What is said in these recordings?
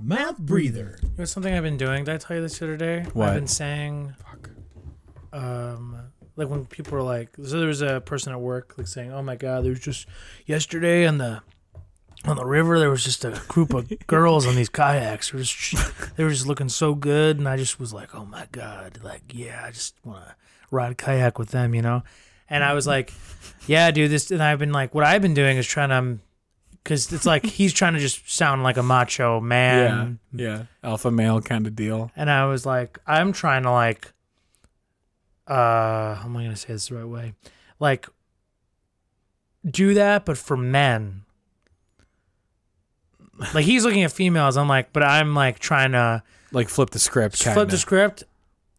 mouth breather. You know something I've been doing? Did I tell you this the other day? What? I've been saying. Um, like when people are like, so there was a person at work like saying, "Oh my God, there was just yesterday on the on the river there was just a group of girls on these kayaks. They were just they were just looking so good, and I just was like, oh my God, like yeah, I just want to ride a kayak with them, you know." And I was Mm-hmm. like, "Yeah, dude, this." And I've been like, what I've been doing is trying to. um 'cause because it's like he's trying to just sound like a macho Yeah, man yeah, alpha male kind of deal. and I was like, I'm trying to like, uh, how am I gonna say this the right way? Like, do that, but for men. Like he's looking at females. I'm like, but I'm like trying to Like flip the script, kind flip of. the script,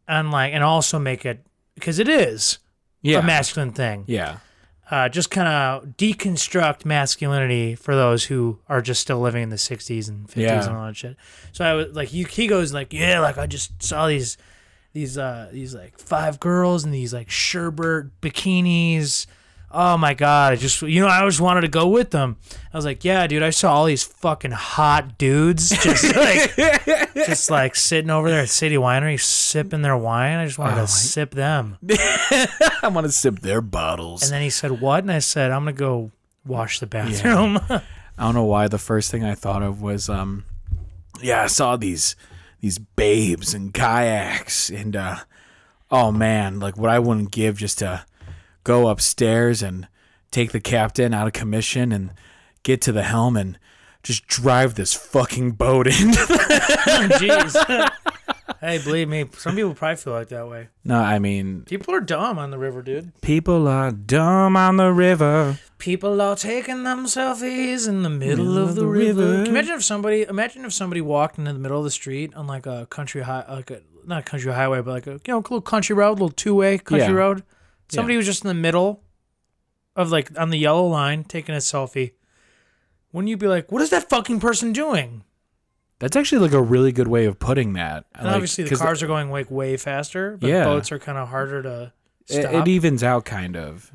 and like, and also make it because it is yeah, a masculine thing. yeah, Uh, just kind of deconstruct masculinity for those who are just still living in the 60s and 50s Yeah. and all that shit. So I was like, he, he goes like, yeah, like I just saw these, these, uh, these like five girls in these like sherbert bikinis. Oh my god! I just you know I just wanted to go with them. I was like, yeah, dude, I saw all these fucking hot dudes just like just like sitting over there at City Winery sipping their wine. I just wanted to sip them. I want to sip their bottles. And then he said, "What?" And I said, "I'm gonna go wash the bathroom." I don't know why the first thing I thought of was um yeah, I saw these these babes and kayaks and uh oh man, like what I wouldn't give just to go upstairs and take the captain out of commission and get to the helm and just drive this fucking boat in. Oh, Jeez. hey, believe me, some people probably feel like that way. no, I mean People are dumb on the river, dude. people are dumb on the river. People are taking them selfies in the middle, Middle of the, river. Can you imagine if somebody, imagine if somebody walked into the middle of the street on like a country high, like a not a country highway, but like a you know little country road, little two way country Yeah. road. Somebody was just in the middle of like on the yellow line taking a selfie. Wouldn't you be like, what is that fucking person doing? That's actually like a really good way of putting that. And obviously the cars are going like way faster, but Yeah. boats are kind of harder to it, stop. it evens out kind of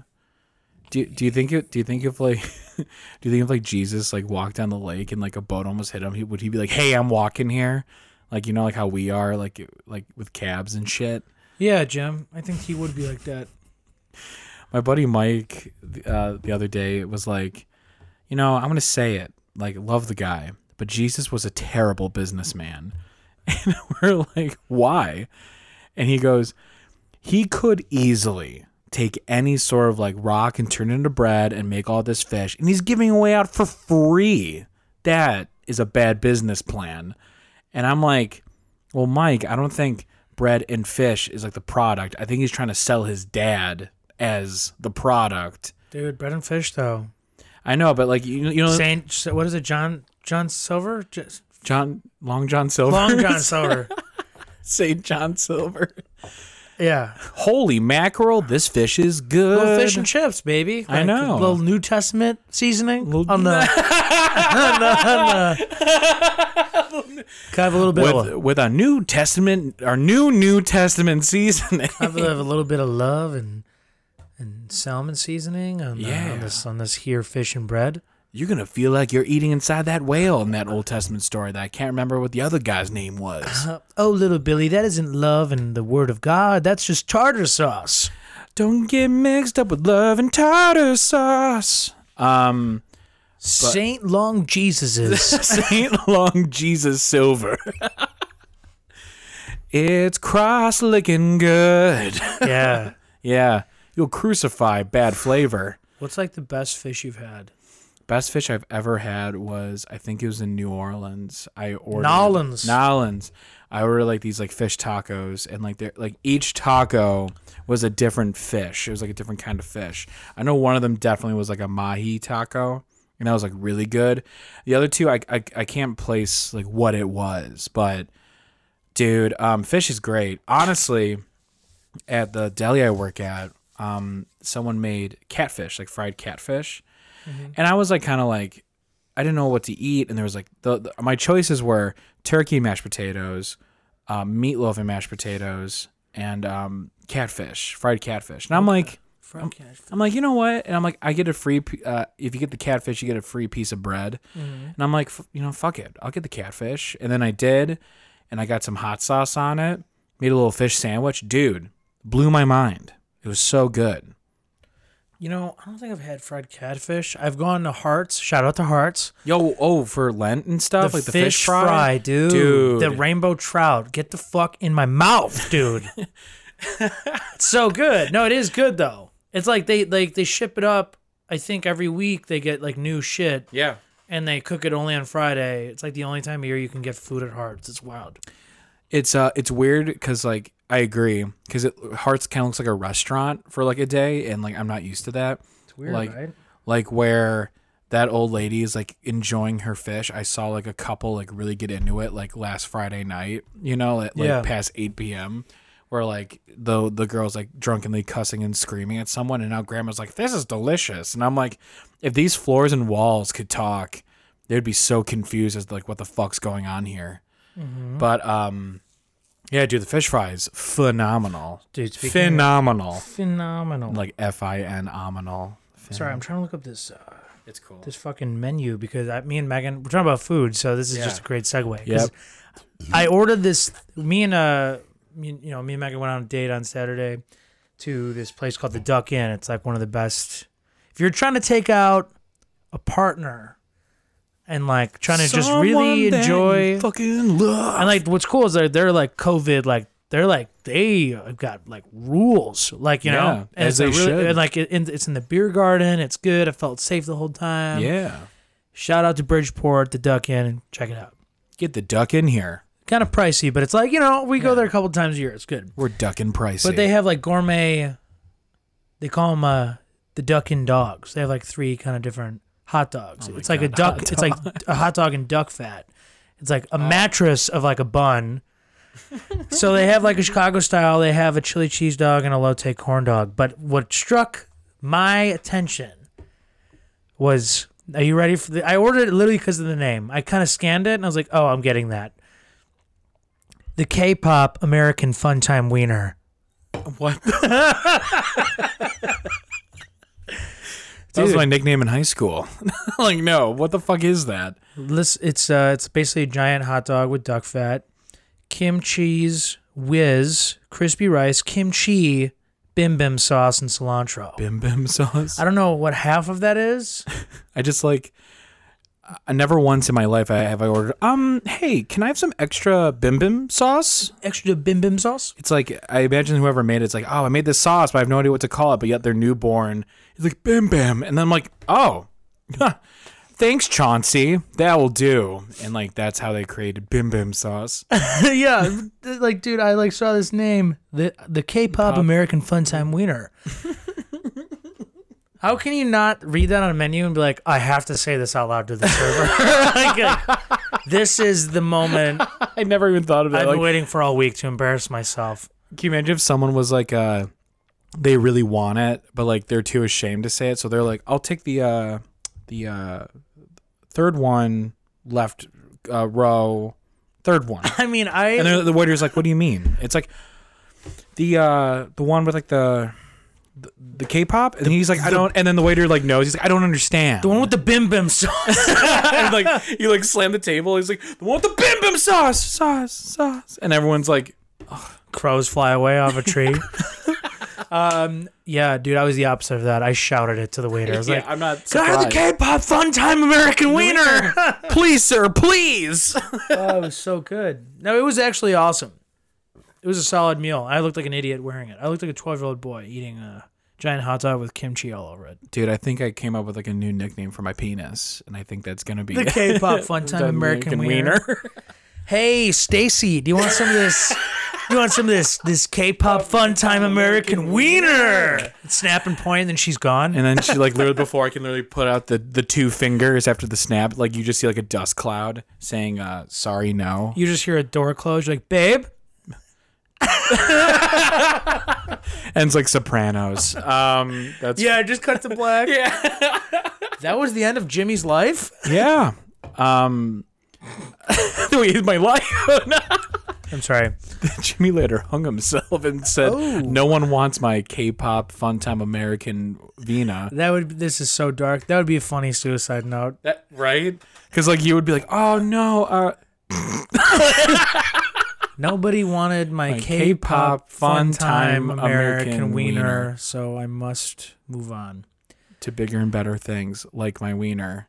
do, do you think it do you think if like do you think if like jesus like walked down the lake and like a boat almost hit him he, would he be like hey i'm walking here like you know like how we are like it- like with cabs and shit yeah, Jim, I think he would be like that. my buddy mike uh, the other day was like you know i'm gonna say it like love the guy but jesus was a terrible businessman and we're like why and he goes he could easily take any sort of like rock and turn it into bread and make all this fish and he's giving away out for free that is a bad business plan and i'm like well mike i don't think bread and fish is like the product i think he's trying to sell his dad as the product Dude, bread and fish though. i know but like you, you know Saint, what is it, John? John Silver, J- john long john silver Long John Silver. saint john silver Yeah, holy mackerel this fish is good little fish and chips, baby. I know. Little New Testament seasoning Little- on the. on the, on the Can I have a little bit with, of? with a New Testament, our new New Testament seasoning. I have a have a little bit of love and and salmon seasoning on, the- Yeah. on this on this here fish and bread. You're gonna feel like you're eating inside that whale in that Old Testament story that I can't remember what the other guy's name was. Uh, oh, little Billy, that isn't love and the word of God. That's just tartar sauce. Don't get mixed up with love and tartar sauce. Um, Saint Long Jesus's. Saint Long Jesus Silver. it's cross licking good. yeah. yeah, you'll crucify bad flavor. What's like the best fish you've had? Best fish I've ever had was I think it was in New Orleans. I ordered Nolans. Nolans. I ordered like these like fish tacos and like they're like each taco was a different fish. It was like a different kind of fish. I know one of them definitely was like a mahi taco and that was like really good. The other two I I, I can't place like what it was, but dude, um fish is great. Honestly, at the deli I work at, um, someone made catfish, like fried catfish, and I was like, kind of like, I didn't know what to eat, and there was like the, the my choices were turkey mashed potatoes, uh, um, meatloaf and mashed potatoes, and um, catfish, fried catfish, and I'm like, From catfish. I'm like, you know what? And I'm like, I get a free. p- Uh, if you get the catfish, you get a free piece of bread. And I'm like, f- you know, fuck it, I'll get the catfish. And then I did, and I got some hot sauce on it. Made a little fish sandwich, dude. Blew my mind. It was so good. You know, I don't think I've had fried catfish. I've gone to Hearts. Shout out to Hearts. Yo, oh, for Lent and stuff, like the fish, fry. dude. Dude. The rainbow trout. Get the fuck in my mouth, dude. it's so good. No, it is good though. It's like they like they ship it up. I think every week they get like new shit Yeah. and they cook it only on Friday. It's like the only time of year you can get food at Hearts. It's wild. It's uh, it's weird because like I agree because it Hearts kind of looks like a restaurant for like a day, and like I'm not used to that. It's weird, like, right? Like where that old lady is like enjoying her fish. I saw like a couple like really get into it like last Friday night, you know, at like Yeah. past eight p.m. Where like the the girls like drunkenly cussing and screaming at someone, and now grandma's like, "This is delicious," and I'm like, if these floors and walls could talk, they'd be so confused as to, like what the fuck's going on here. Mm-hmm. But um, yeah, dude, the fish fries phenomenal, Dude, speaking of- phenomenal, phenomenal. like F I N ominal. Fin- Sorry, I'm trying to look up this uh, it's cool. this fucking menu because I, me and Megan we're talking about food, so this is Yeah. just a great segue. 'cause Yep. I ordered this. Me and uh, me, you know, me and Megan went on a date on Saturday to this place called the Duck Inn. It's like one of the best. If you're trying to take out a partner and like trying to just really Someone that enjoy, you fucking love. and like what's cool is they're they're like COVID like. They're like they have got like rules, like you Yeah, know, and as it's a they should. and like it, it's in the beer garden. It's good. I felt safe the whole time. yeah, Shout out to Bridgeport, the Duck Inn, and check it out. get the duck in here. Kind of pricey, but it's like you know we go there a couple times a year. It's good. We're ducking pricey. But they have like gourmet. They call them uh, the duck and dogs. They have like three kind of different hot dogs. it's like a duck. It's like a hot dog and duck fat. It's like a mattress of like a bun. so they have like a Chicago style. They have a chili cheese dog and a lotte corn dog. But what struck my attention was, are you ready for the? I ordered it literally because of the name. I kind of scanned it and I was like, oh, I'm getting that. The K-pop American Fun Time Wiener. what? that was Dude. my nickname in high school. like, no, what the fuck is that? Lis- It's uh, it's basically a giant hot dog with duck fat, kim cheese, whiz, crispy rice, kimchi, bim bim sauce, and cilantro. Bim bim sauce. I don't know what half of that is. I just like I never once in my life I have I ordered um hey, can I have some extra bim bim sauce? Extra bim bim sauce. It's like I imagine whoever made it's like, "Oh, I made this sauce, but I have no idea what to call it." But yet they're newborn. It's like bim bim and then I'm like, "Oh. huh, Thanks, Chauncey. That will do." And like that's how they created bim bim sauce. yeah, like dude, I like saw this name, the the K-pop American Fun Time Wiener. How can you not read that on a menu and be like, I have to say this out loud to the server? like, uh, this is the moment I never even thought of that. I've Like, been waiting for all week to embarrass myself. Can you imagine if someone was like, uh, they really want it, but like they're too ashamed to say it, so they're like, "I'll take the uh, the uh, third one left uh, row, third one." I mean, I And then the waiter's like, "What do you mean?" It's like the uh, the one with like the the, the K-pop, and he's like, "I don't." And then the waiter like knows. He's like, "I don't understand." The one with the bim bim sauce. and like he like slammed the table. He's like, "The one with the bim bim sauce, sauce, sauce," and everyone's like, Crows fly away off a tree. um, yeah, dude, I was the opposite of that. I shouted it to the waiter. I was yeah, like, "I'm not." "Can I have the surprised." K-pop fun time American wiener?" please, sir, please. oh, it was so good. No, it was actually awesome. It was a solid meal. I looked like an idiot wearing it. I looked like a twelve-year-old boy eating a giant hot dog with kimchi all over it. Dude, I think I came up with like a new nickname for my penis, and I think that's gonna be The K-pop fun time American, wiener. Hey, Stacy, do you want some of this? You want some of this this K-pop fun time American wiener? Snap and point, and then she's gone. And then she like literally before I can literally put out the the two fingers after the snap, like you just see like a dust cloud saying, uh, "Sorry, no." You just hear a door close. You're like, babe. And it's like Sopranos. Um, that's Yeah, just cut to black. yeah. that was the end of Jimmy's life. yeah. Um, wait, is my life. I'm sorry. Jimmy later hung himself and said, Oh. "No one wants my K-pop fun time American Vina." That would. This is so dark. That would be a funny suicide note. That right? Because like you would be like, "Oh no, uh, Nobody wanted my, My K-pop, K-pop fun fun-time time American, American wiener, wiener. so I must move on. to bigger and better things like my wiener."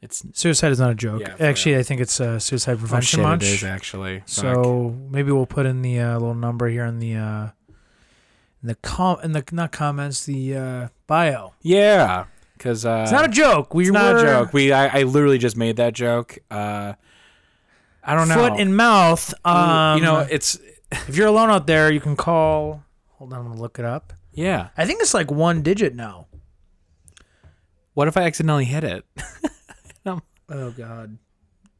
It's Suicide is not a joke. Yeah, for Actually, I think it's uh, suicide oh, prevention shit, it month. is actually. Fuck. So maybe we'll put in the uh, little number here in the uh, in the com in the not comments the uh, bio. yeah, because uh, It's not a joke. We it's not were a joke. We I, I literally just made that joke. Uh, I don't know. Foot in mouth. Um, you know, it's if you're alone out there, you can call. Hold on, I'm gonna look it up. yeah. I think it's like one digit now. What if I accidentally hit it? Oh God,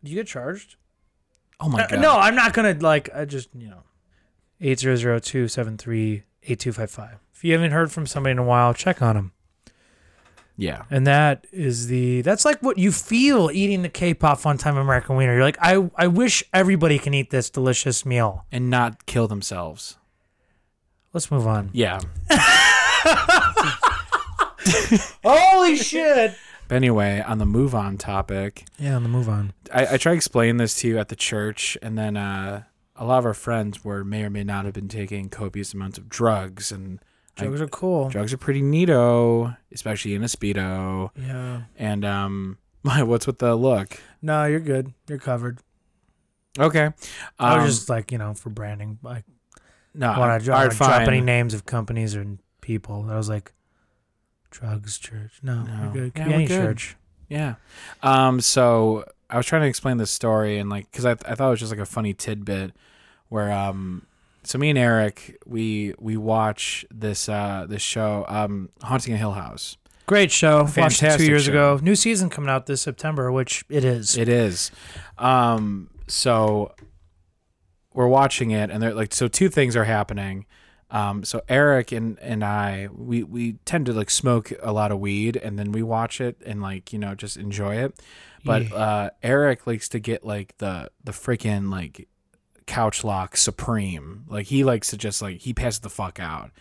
do you get charged? Oh my Uh, god! no, I'm not gonna like. I just you know, eight zero zero two seven three eight two five five. If you haven't heard from somebody in a while, check on them. Yeah. And that is the that's like what you feel eating the K-pop Fun Time American Wiener. You're like, I I wish everybody can eat this delicious meal. and not kill themselves. Let's move on. Yeah. Holy shit! But anyway, on the move on topic, Yeah, and move on. I, I try to explain this to you at the church, and then uh, a lot of our friends were may or may not have been taking copious amounts of drugs, and I- Jokes are cool. drugs are pretty neato, especially in a speedo. Yeah. And um, my what's with the look? No, you're good. You're covered. Okay, um, I was just like you know for branding. I no. want to all right, like, drop fine. any names of companies or people. I was like, drugs, church. No, No. you're good. Could Yeah, be we're any good. church. Yeah. Um. So I was trying to explain this story, and like, cause I I thought it was just like a funny tidbit, where um, so me and Eric we we watch this uh this show um Haunting a Hill House. Great show. Watched it two Fantastic years show. ago. New season coming out this September, which it is. It is. Um. So we're watching it, and they're like, so two things are happening. Um, so Eric and, and I, we, we tend to like smoke a lot of weed and then we watch it and like, you know, just enjoy it. But, Yeah. uh, Eric likes to get like the, the freaking like couch lock supreme. Like he likes to just like, he passes the fuck out.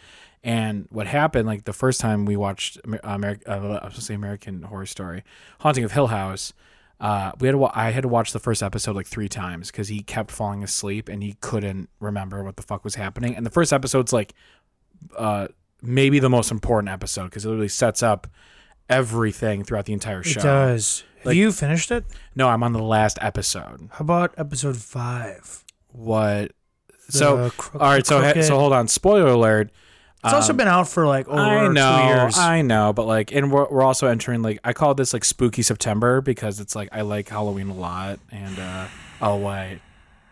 And what happened, like the first time we watched American, uh, I was gonna say American Horror Story, Haunting of Hill House, uh, we had to wa- I had to watch the first episode like three times because he kept falling asleep and he couldn't remember what the fuck was happening. And the first episode's like uh, maybe the most important episode because it literally sets up everything throughout the entire It show. does. Have Like- you finished it? No, I'm on the last episode. How about episode five? What? The so crook- all right, so he- crooked- so hold on. Spoiler alert. it's also um, been out for like over I two know, years. I know, but like, and we're, we're also entering like I call this like spooky September because it's like I like Halloween a lot, and uh oh wait,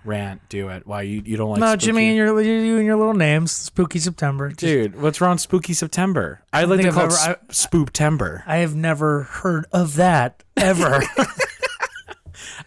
rant, do it. Why you you don't like? no, spooky? Jimmy, and your you and your little names. Spooky September. Just- dude, what's wrong? with Spooky September. I don't like to think call I've it ever- sp- Spooptember. I have never heard of that ever.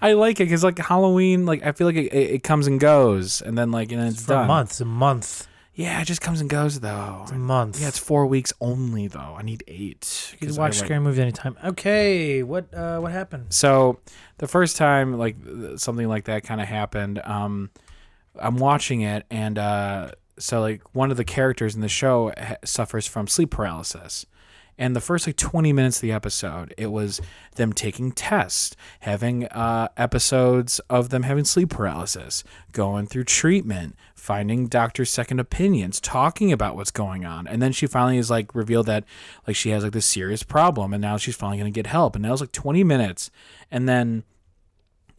I like it because like Halloween, like I feel like it, it, it comes and goes, and then like and then it's, for done. a month. It's a month. Yeah, it just comes and goes though. It's a month. Yeah, it's four weeks only though. I need eight. You can 'cause I, watch like- scary movies anytime. Okay, what uh, what happened? So the first time like th- something like that kind of happened, um, I'm watching it, and uh, so like one of the characters in the show ha- suffers from sleep paralysis. And the first like 20 minutes of the episode, it was them taking tests, having uh, episodes of them having sleep paralysis, going through treatment, finding doctors' second opinions, talking about what's going on. And then she finally is like revealed that like she has like this serious problem and now she's finally going to get help. And that was like 20 minutes. And then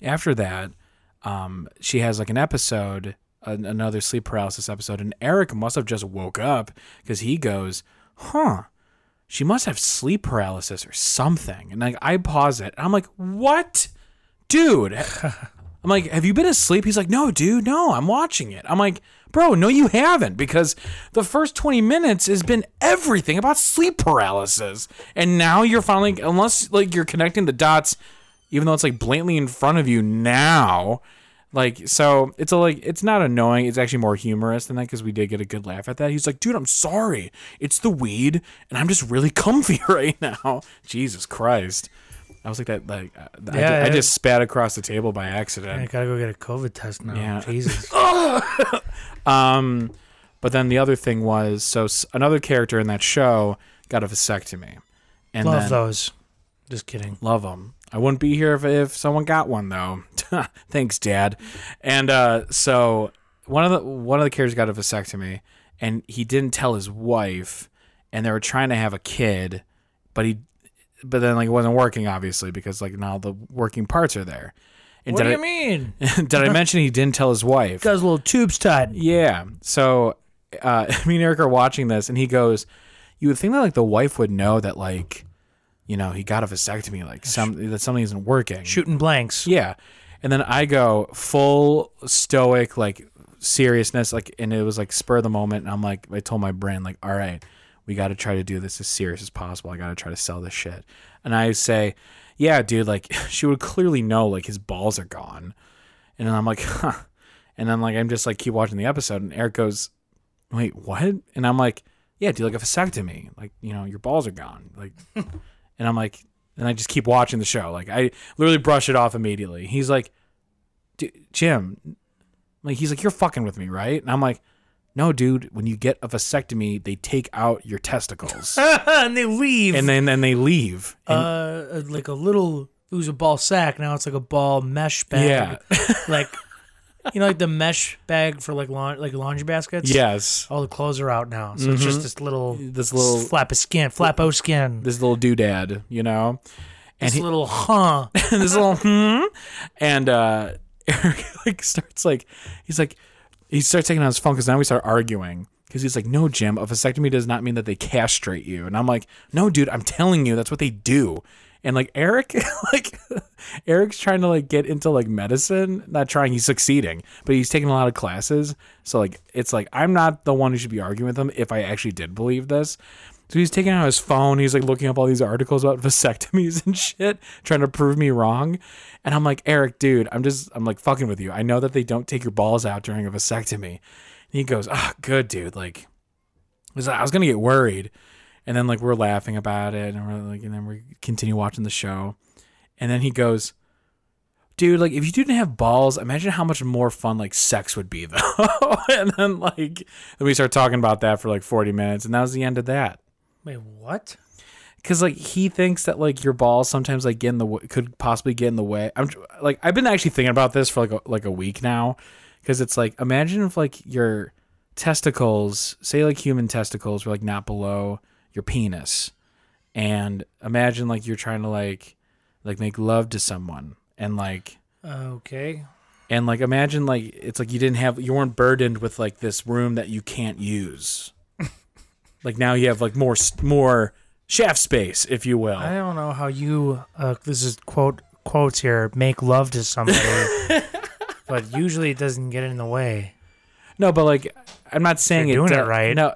after that, um, she has like an episode, an, another sleep paralysis episode, and Eric must have just woke up because he goes, "Huh, she must have sleep paralysis or something." And like I pause it, and I'm like, "What, dude?" I'm like, "Have you been asleep?" He's like, "No, dude, no, I'm watching it." I'm like. Bro, no, you haven't because the first 20 minutes has been everything about sleep paralysis. And now you're finally, unless like you're connecting the dots, even though it's like blatantly in front of you now. Like so, it's a like it's not annoying. It's actually more humorous than that because we did get a good laugh at that. He's like, "Dude, I'm sorry. It's the weed, and I'm just really comfy right now." Jesus Christ. I was like that. Like uh, I, ju- Yeah, I yeah. just spat across the table by I accident. gotta go get a COVID test now. Yeah. Jesus. Um, but then the other thing was so s- another character in that show got a vasectomy, and Love then those. Just kidding. love them. I wouldn't be here if, if someone got one though. Thanks, Dad. And uh, so one of the one of the characters got a vasectomy, and he didn't tell his wife, and they were trying to have a kid, but he, but then like it wasn't working obviously because like now the working parts are there. And What do did you mean? I, did I mention he didn't tell his wife? Got his little tubes tied. Yeah. So uh, me and Eric are watching this, and he goes, "You would think that like the wife would know that like, you know, he got a vasectomy, like some that something isn't working." Shooting blanks. Yeah. And then I go full stoic, like seriousness, like, and it was like spur of the moment. And I'm like, I told my brain, like, all right, we got to try to do this as serious as possible. I got to try to sell this shit. And I say, yeah, dude, like, she would clearly know, like, his balls are gone. And then I'm like, huh. And then, like, I'm just like, keep watching the episode. And Eric goes, wait, what? And I'm like, yeah, do like a vasectomy. Like, you know, your balls are gone. Like, and I'm like, and I just keep watching the show. Like, I literally brush it off immediately. He's like, D- Jim, like, he's like, you're fucking with me, right? And I'm like, no, dude, when you get a vasectomy, they take out your testicles and they leave. and then, then they leave. And uh, like a little. It was a ball sack. Now it's like a ball mesh bag. like, you know, like the mesh bag for like laun- like laundry baskets. yes, All the clothes are out now, so it's just Mm-hmm. this little This little- flap of skin, flap of skin. this little doodad, you know? this little huh. and this little hmm and uh Eric like starts like he's like he starts taking out his phone because now we start arguing because he's like no Jim a vasectomy does not mean that they castrate you and I'm like no dude I'm telling you that's what they do and like Eric like Eric's trying to like get into like medicine not trying he's succeeding but he's taking a lot of classes so like it's like I'm not the one who should be arguing with him if I actually did believe this so he's taking out his phone. He's like looking up all these articles about vasectomies and shit, trying to prove me wrong. And I'm like, Eric, dude, I'm just, I'm like fucking with you. I know that they don't take your balls out during a vasectomy. And he goes, ah, good, dude. Like, I was, I was gonna get worried, and then like we're laughing about it, and we're like, and then we continue watching the show, and then he goes, "Dude, like if you didn't have balls, imagine how much more fun like sex would be, though." and then like, and we start talking about that for like forty minutes, and that was the end of that Wait, what? because like he thinks that like your balls sometimes like get in the w- could possibly get in the way. I'm tr- like I've been actually thinking about this for like a, like a week now, because it's like imagine if like your testicles, say like human testicles, were like not below your penis, and imagine like you're trying to like like make love to someone and like Okay. and like imagine like it's like you didn't have you weren't burdened with like this room that you can't use. like now you have like more s- more shaft space, if you will. I don't know how you. Uh, this is quote quotes here. Make love to somebody, but usually it doesn't get in the way. no, but like I'm not saying You're it doing it do- right. No,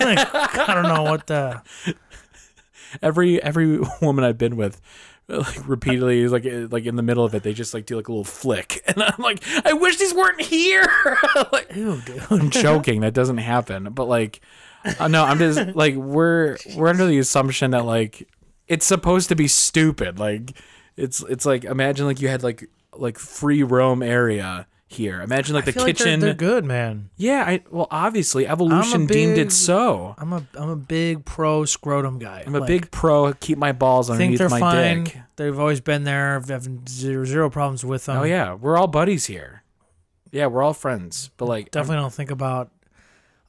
Like, I don't know what the. every every woman I've been with like repeatedly is like uh, like in the middle of it they just like do like a little flick and I'm like I wish these weren't here like Ew, dude. I'm joking. That doesn't happen. But like, uh, no, I'm just like we're we're under the assumption that like it's supposed to be stupid. Like it's it's like imagine like you had like like free roam area here. Imagine like the I feel like they're- kitchen. they're good, man. yeah. I well obviously evolution deemed big- it so. I'm a I'm a big pro scrotum guy. I'm a big pro. Keep my balls I think underneath they're my fine. dick. They've always been there. I've have zero, zero problems with them. Oh yeah, we're all buddies here. Yeah, we're all friends. But like, Definitely don't think about.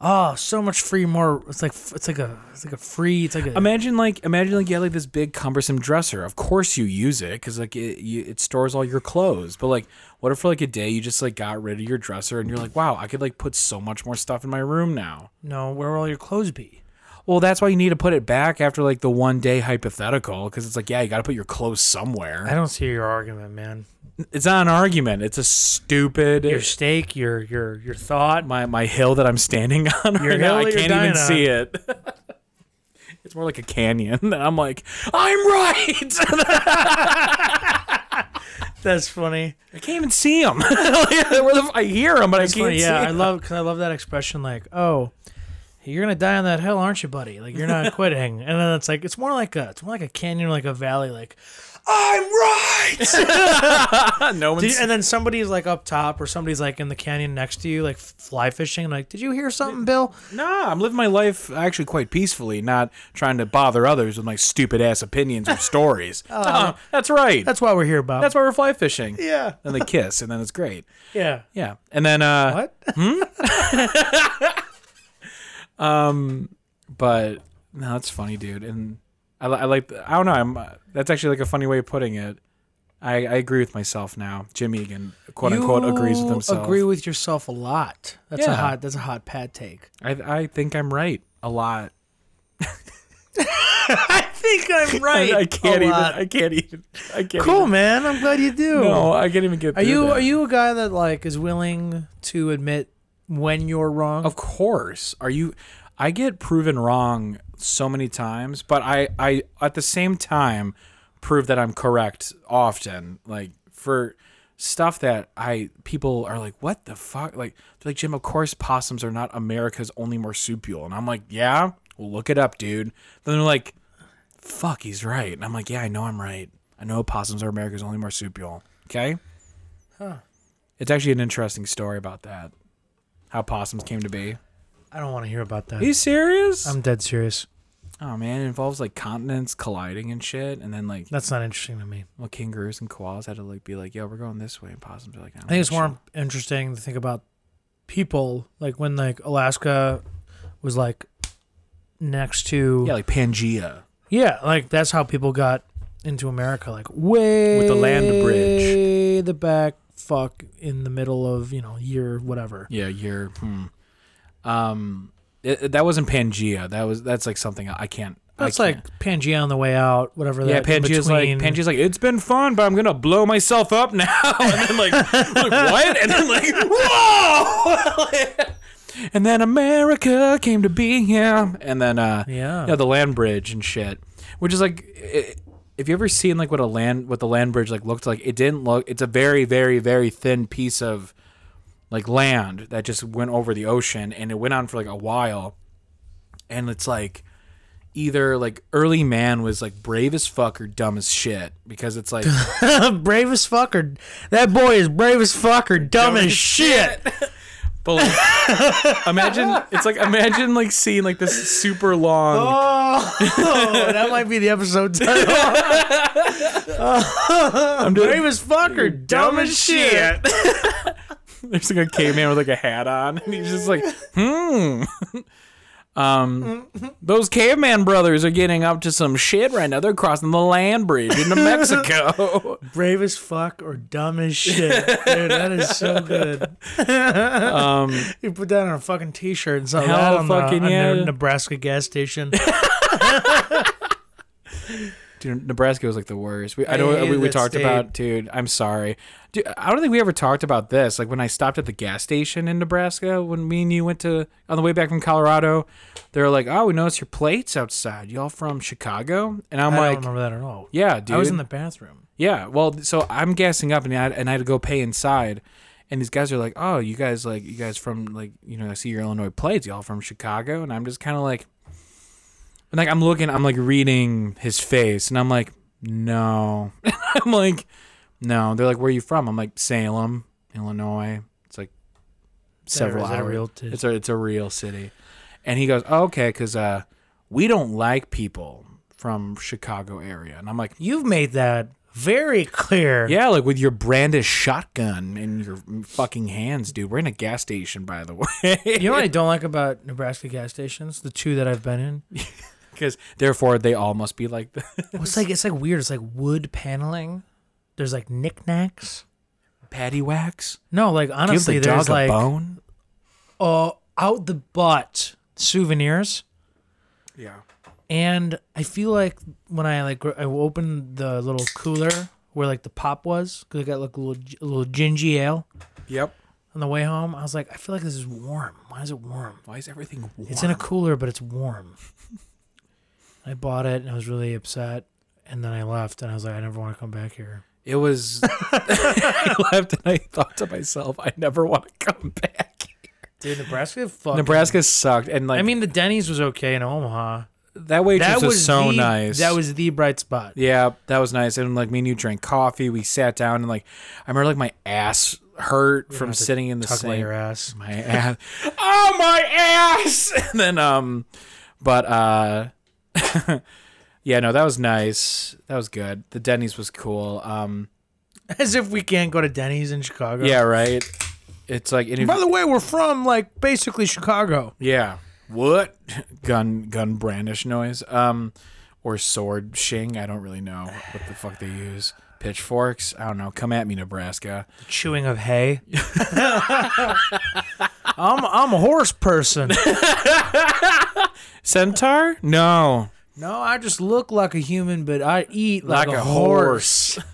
Oh, so much free more. It's like it's like a it's like a free. It's like a. Imagine like imagine like you had like this big cumbersome dresser. Of course you use it because like it you, it stores all your clothes. But like, what if for like a day you just like got rid of your dresser and you're like, wow, I could like put so much more stuff in my room now. no, where will all your clothes be? Well, that's why you need to put it back after like the one day hypothetical because it's like, yeah, you got to put your clothes somewhere. I don't see your argument, man. It's not an argument. It's a stupid Your steak, your your your thought. my my hill that I'm standing on. Your right now, hill I that you're can't even dying on. see it. it's more like a canyon. And I'm like, I'm right. That's funny. I can't even see him. Where the f- I hear him, but I It's can't funny. Yeah, see I him. love because I love that expression. Like, oh, you're gonna die on that hill, aren't you, buddy? Like, you're not quitting. And then it's like it's more like a it's more like a canyon, like a valley. Like, I'm right. no Did one's. you- and then somebody's like up top, or somebody's like in the canyon next to you, like fly fishing. Like, did you hear something, Bill? Nah, I'm living my life actually quite peacefully, not trying to bother others with my stupid ass opinions or stories. Nah, that's right. That's, That's why we're here, Bob. why we're fly fishing. yeah, And they kiss, and then it's great. yeah. Yeah. And then, uh, What? but no, that's funny, dude. And I, li- I like, I don't know. I'm, uh, that's actually like a funny way of putting it. I, I agree with myself now. Jim Egan, quote unquote, agrees with You himself. Agree with yourself a lot. That's Yeah. a hot. That's a hot pad take. I, I think I'm right a lot. I think I'm right. I, I can't a even. lot. I can't even. I can't. Cool, Even, man. I'm glad you do. no, I can't even get. Are through you that. are you a guy that like is willing to admit when you're wrong? Of course. Are you I get proven wrong so many times, but I I at the same time prove that I'm correct often. Like for stuff that I people are like, "What the fuck?" Like they're like, "Jim, of course possums are not America's only marsupial." And I'm like, "Yeah, well, look it up, dude." Then they're like, "Fuck, he's right." And I'm like, "Yeah, I know I'm right. I know possums are America's only marsupial." Okay? Huh. It's actually an interesting story about that. How possums came to be. I don't want to hear about that. Are you serious? I'm dead serious. Um, oh man, it involves like continents colliding and shit, and then like That's not interesting to me. well, kangaroos and koalas had to like be like, "Yo, we're going this way," and possums are like, "I, don't I think it's know, more interesting to think about people like when like Alaska was like next to shit." Yeah, like Pangea. Yeah, like that's how people got into America, like way With the land bridge. the back fuck in the middle of you know year whatever. Yeah, you're. Hmm. Um, it, it- that wasn't Pangea. That was that's like something I I can't. That's I like can't. Pangea on the way out, whatever. Yeah, that in Pangea's like between- Pangea's like it's been fun, but I'm gonna blow myself up now. And then like, like what? And then like whoa. and then America came to be. Yeah. And then uh, Yeah. yeah, the land bridge and shit, which is like, i if you ever seen like what a land what the land bridge like looked like, it didn't look. It's a very very very thin piece of like land that just went over the ocean, and it went on for like a while, and it's like either like early man was like brave as fuck or dumb as shit because it's like brave as fuck or that boy is brave as fuck or dumb, as shit. but like, imagine it's like imagine like seeing like this super long Oh, that might be the episode title. I'm doing- brave as fuck or dumb as shit. There's like a caveman with like a hat on, and he's just like, hmm. Um, those caveman brothers are getting up to some shit right now. They're crossing the land bridge into Mexico. Brave as fuck or dumb as shit. Dude, that is so good. um, You put that on a fucking t-shirt and sell Hell that on, fucking the, on yeah. the Nebraska gas station. dude, Nebraska was like the worst. We, I I know hated we, we that talked state. about, dude. I'm sorry, dude. I don't think we ever talked about this. Like when I stopped at the gas station in Nebraska when me and you went to on the way back from Colorado, they were like, "Oh, we noticed your plates outside. Y'all from Chicago?" And I'm I like, don't remember that at all. "Yeah, dude." I was in the bathroom. Yeah, well, so I'm gassing up, and I had, and I had to go pay inside, and these guys are like, "Oh, you guys like you guys from like you know I see your Illinois plates, y'all from Chicago," and I'm just kind of like, and like I'm looking, I'm like reading his face, and I'm like, "No," I'm like, "No," they're like, "Where are you from?" I'm like, "Salem, Illinois." It's like several is that a hours. real t- it's a it's a real city, and he goes, oh, "Okay," because uh, we don't like people from Chicago area, and I'm like. You've made that very clear. Yeah, like with your brandished shotgun in your fucking hands, dude. We're in a gas station, by the way. You know what I don't like about Nebraska gas stations? The two that I've been in. Because therefore, they all must be like the Well, it's like it's like weird. It's like wood paneling. There's like knickknacks. patty wax. No, like Give honestly, the dog there's a like bone. uh, out the butt souvenirs. Yeah. And I feel like when I like gr- I opened the little cooler where like the pop was, because I got like a little a little gingy ale Yep. on the way home. I was like, I feel like this is warm. Why is it warm? Why is everything warm? It's in a cooler, but it's warm. I bought it and I was really upset. And then I left and I was like, I never want to come back here. It was. I left and I thought to myself, I never want to come back. Dude, Nebraska fucking. Nebraska sucked, and like I mean, the Denny's was okay in Omaha. that waitress That was, was so the- nice. That was the bright spot. yeah, that was nice. And like me and you drank coffee. We sat down and like I remember like my ass hurt from have to sitting in the Tuck away same your ass. my ass. oh my ass! And then um, but uh, yeah, no, that was nice. That was good. The Denny's was cool. Um, As if we can't go to Denny's in Chicago. yeah, right. It's like and if- By the way, we're from like basically Chicago. Yeah. What? Gun gun brandish noise. Um or sword shing. I don't really know what the fuck they use. Pitchforks. I don't know. Come at me, Nebraska. Chewing of hay. I'm I'm a horse person. Centaur? No. No, I just look like a human, but I eat like, Like, a, horse.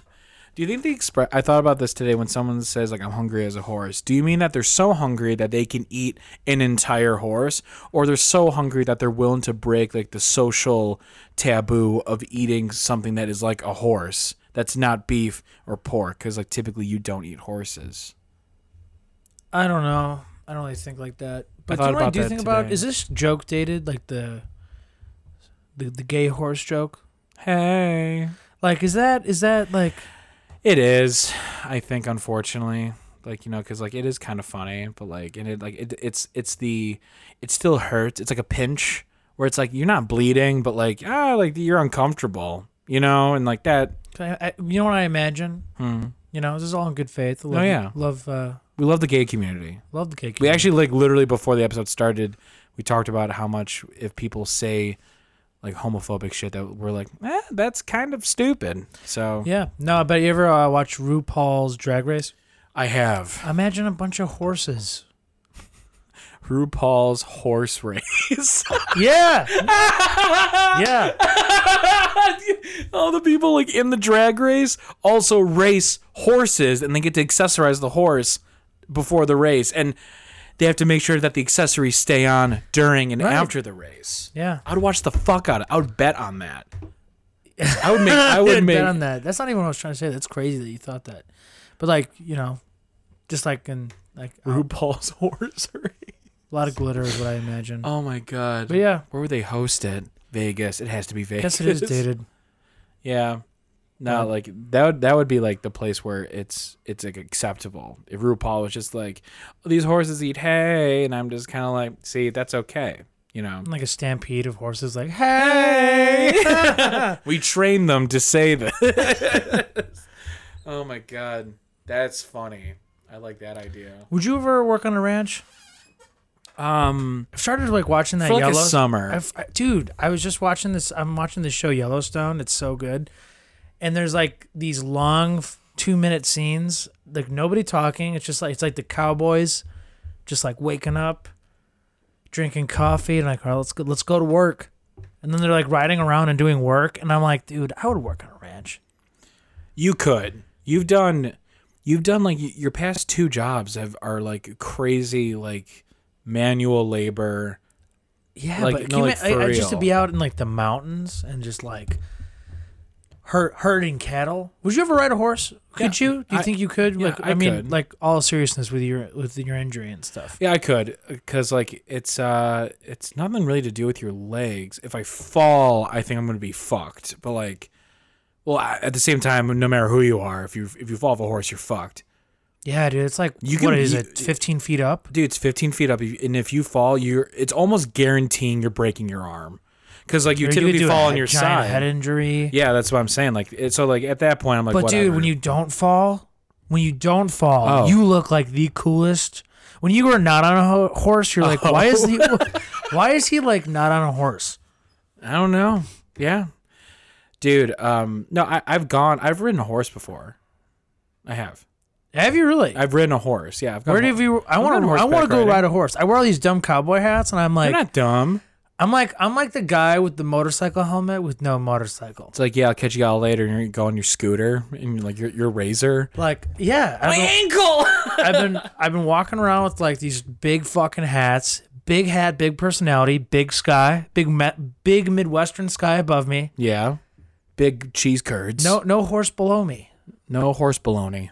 Do you think they express? I thought about this today when someone says like I'm hungry as a horse. Do you mean that they're so hungry that they can eat an entire horse, or they're so hungry that they're willing to break like the social taboo of eating something that is like a horse that's not beef or pork? Because like typically you don't eat horses. I don't know. I don't really think like that. But thought you know what I about do that think about? today. Is this joke dated? Like the the the gay horse joke? Hey, Like is that is that like it is. I think unfortunately, like you know, because like it is kind of funny, but like and it like it, it's it's the it still hurts. It's like a pinch where it's like you're not bleeding, but like ah, like you're uncomfortable, you know, and like that. I, I, you know what I imagine? Hmm. You know, this is all in good faith. I Love, Oh, yeah. love uh, We love the gay community. love the cake. We actually like literally before the episode started, we talked about how much if people say like homophobic shit that we're like, eh, that's kind of stupid. So yeah. No, but you ever uh, watch RuPaul's Drag Race? I have Imagine a bunch of horses. RuPaul's horse race. Yeah. yeah. All Oh, the people like in the drag race also race horses and they get to accessorize the horse before the race and they have to make sure that the accessories stay on during and after the race. Yeah. I'd watch the fuck out of I would bet on that. I would make I would I'd make bet on that. That's not even what I was trying to say. That's crazy that you thought that. But like, you know, just like in like um, RuPaul's horse race. a lot of glitter is what I imagine. Oh my god. but yeah, Where would they host it? Vegas. It has to be I Vegas. guess it is dated. Yeah. No, Yeah. like that would that would be like the place where it's it's like acceptable. If RuPaul was just like, "Oh, these horses eat hay, and I'm just kind of like, see, that's okay, you know. Like a stampede of horses like, "Hey!" we train them to say this. oh my god, that's funny. I like that idea. Would you ever work on a ranch? Um, I've started like watching that for like a Yellowstone. summer, I've, I- dude, I was just watching this. I'm watching this show Yellowstone. It's so good. And there's like these long two minute scenes, like nobody talking. It's just like it's like the cowboys, just like waking up, drinking coffee, and like, all right, let's go, let's go to work. And then they're like riding around and doing work. And I'm like, dude, I would work on a ranch. you could. You've done, you've done like y- your past two jobs have are like crazy, like manual labor. Yeah, Like, but no, can you like, ma- I, for I- just to real. be out in like the mountains and just like. Hurt, herding cattle. Would you ever ride a horse? Could Yeah, you? Do you I- think you could? yeah, like, I, I mean, could. like all seriousness with your with your injury and stuff. Yeah, I could, cause like it's uh, it's nothing really to do with your legs. If I fall, I think I'm gonna be fucked. But like, well, I, at the same time, no matter who you are, if you if you fall off a horse, you're fucked, Yeah, dude. It's like You what can- is you- it? Fifteen feet up. dude. It's 15 feet up, and if you fall, you're it's almost guaranteeing you're breaking your arm, cause like you Or could typically do a fall he- on your giant side. Head injury. yeah, that's what I'm saying. Like, it, so like at that point, I'm like, but dude, whatever. when you don't fall, when you don't fall, Oh. you look like the coolest. When you were not on a ho- horse, you're Oh. like, why is he? why is he like not on a horse? I don't know. Yeah. Dude, um no, I, I've gone I've ridden a horse before. I have. Have you really? I've ridden a horse. Yeah, I've gone Where have you? I want not to. I want horseback to go riding. ride a horse. I wear all these dumb cowboy hats, and I'm like, You're not dumb. I'm like, I'm like the guy with the motorcycle helmet with no motorcycle. It's like, yeah, I'll catch you all later, and you go on your scooter and you're like your your razor. Like, yeah, I've been, ankle. I've been, I've been walking around with like these big fucking hats, big hat, big personality, big sky, big, me- big midwestern sky above me. yeah, big cheese curds. No, no horse below me. no horse baloney.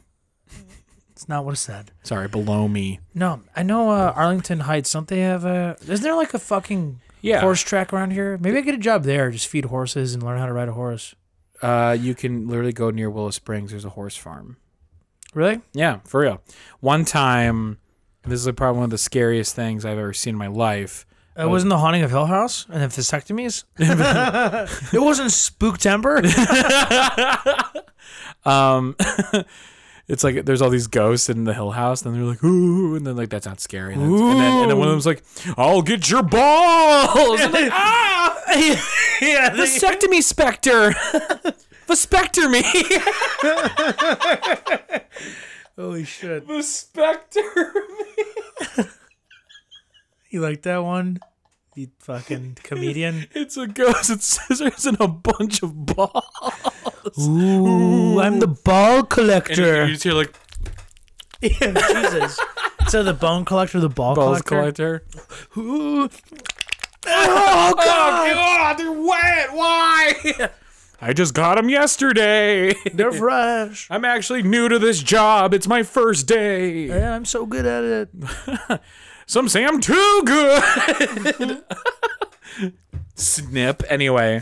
It's not what it said. Sorry, below me. No, I know uh, Arlington Heights. Don't they have a? Isn't there like a fucking Yeah. horse track around here. Maybe I get a job there. Just feed horses and learn how to ride a horse. Uh, you can literally go near Willow Springs. There's a horse farm. Really? Yeah, for real. One time, this is probably one of the scariest things I've ever seen in my life. It wasn't the haunting of Hill House and the vasectomies. it wasn't Spooktember. Um, it's like there's all these ghosts in the Hill House, and they're like, ooh, and then like that's not scary. And then, and then, and then one of them's like, I'll get your balls. And like, ah, yeah, they- vasectomy specter, vasectomy, holy shit! vasectomy. You like that one? You fucking comedian. It's a ghost. It's scissors and a bunch of balls. Ooh, I'm the And ball you- you collector. just hear like yeah, Jesus. So the bone collector, the ball balls collector. collector. Ooh. Oh god! they're wet. Why? I just got them yesterday. They're fresh. I'm actually new to this job. It's my first day. And I'm so good at it. Some say I'm too good. Snip. Anyway.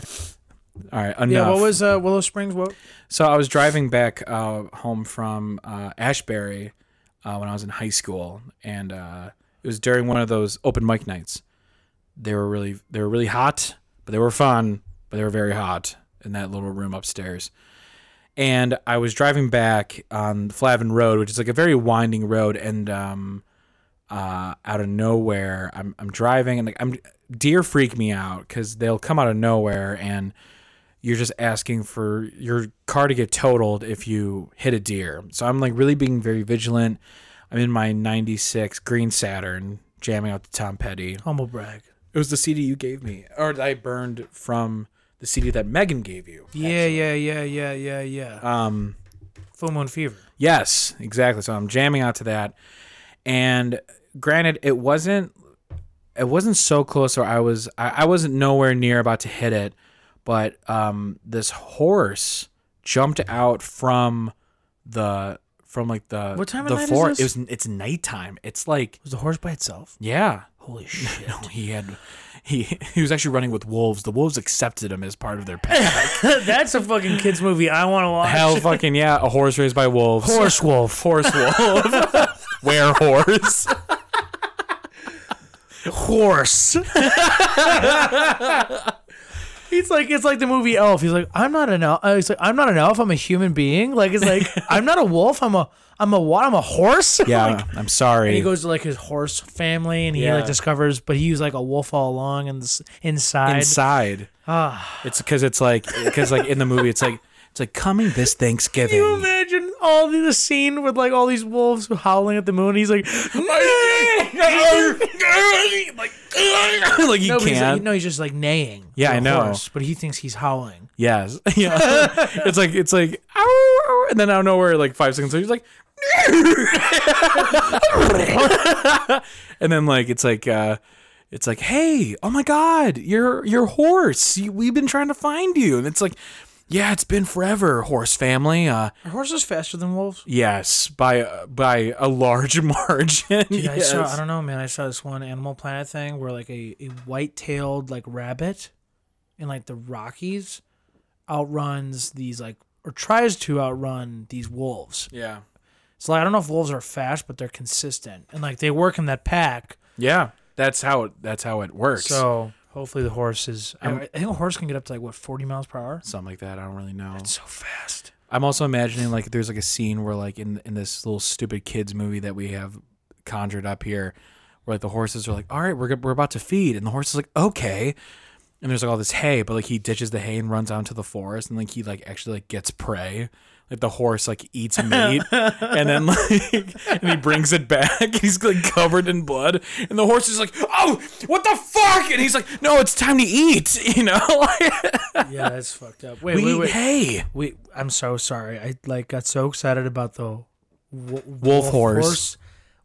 All right. Enough. Yeah, what was uh, Willow Springs? What? So I was driving back uh, home from uh, Ashbury uh, when I was in high school, and uh, it was during one of those open mic nights. They were really they were really hot, but they were fun, but they were very hot in that little room upstairs. And I was driving back on Flavin Road, which is like a very winding road, and um, uh, out of nowhere, I'm I'm driving and like I'm deer freak me out because they'll come out of nowhere and you're just asking for your car to get totaled if you hit a deer. So I'm like really being very vigilant. I'm in my 96 green Saturn jamming out to Tom Petty. Humble brag. It was the CD you gave me or that I burned from the CD that Megan gave you. Yeah, yeah, yeah, yeah, yeah, yeah. Um Full Moon Fever. Yes, exactly. So I'm jamming out to that. And granted, it wasn't it wasn't so close or I was I, I wasn't nowhere near about to hit it, but um this horse jumped out from the from like the What time of the night is forest. this? It was it's nighttime. It's like Was the horse by itself? yeah. Holy shit. He had he he was actually running with wolves. The wolves accepted him as part of their pack. That's a fucking kids movie I want to watch. Hell fucking yeah, a horse raised by wolves. Horse Wolf. horse wolf. Where horse? Horse. He's like it's like the movie Elf. He's like I'm not an elf. Uh, He's like I'm not an elf. I'm a human being. Like it's like I'm not a wolf. I'm a I'm a what? I'm a horse. Yeah, Like, I'm sorry. and he goes to like his horse family, and he Yeah. like discovers, but he was like a wolf all along, and this inside. Ah. inside. It's because it's like because like in the movie it's like it's like coming this Thanksgiving. Can you imagine all the, the scene with like all these wolves howling at the moon? He's like, like like you no, but he's, can't. like, no, he's just like neighing. Yeah, to a I know. horse, but he thinks he's howling. Yes. Yeah. it's like it's like ow, ow, and then out of nowhere, like five seconds later, he's like and then like it's like uh it's like, hey, oh my god, your your horse. You, we've been trying to find you. And it's like, yeah, it's been forever, horse family. Uh Are horses faster than wolves? yes, by uh, by a large margin. Dude, I yes. saw. I don't know, man. I saw this one Animal Planet thing where like a, a white-tailed like rabbit in like the Rockies outruns these like or tries to outrun these wolves. yeah. So like, I don't know if wolves are fast, but they're consistent and like they work in that pack. Yeah. That's how it that's how it works. So hopefully the horse is. I, I think a horse can get up to like what forty miles per hour. something like that. I don't really know. So fast. I'm also imagining like there's like a scene where like in in this little stupid kids movie that we have conjured up here, where like the horses are like, all right, we're go- we're about to feed, and the horse is like, okay, and there's like all this hay, but like he ditches the hay and runs out into the forest, and like he like actually like gets prey. Like the horse like eats meat and then like and he brings it back and he's like covered in blood and the horse is like oh what the fuck and he's like no it's time to eat you know Yeah, that's fucked up. Wait, we wait, eat wait. hay Wait, I'm so sorry. I like got so excited about the wo- wolf, horse.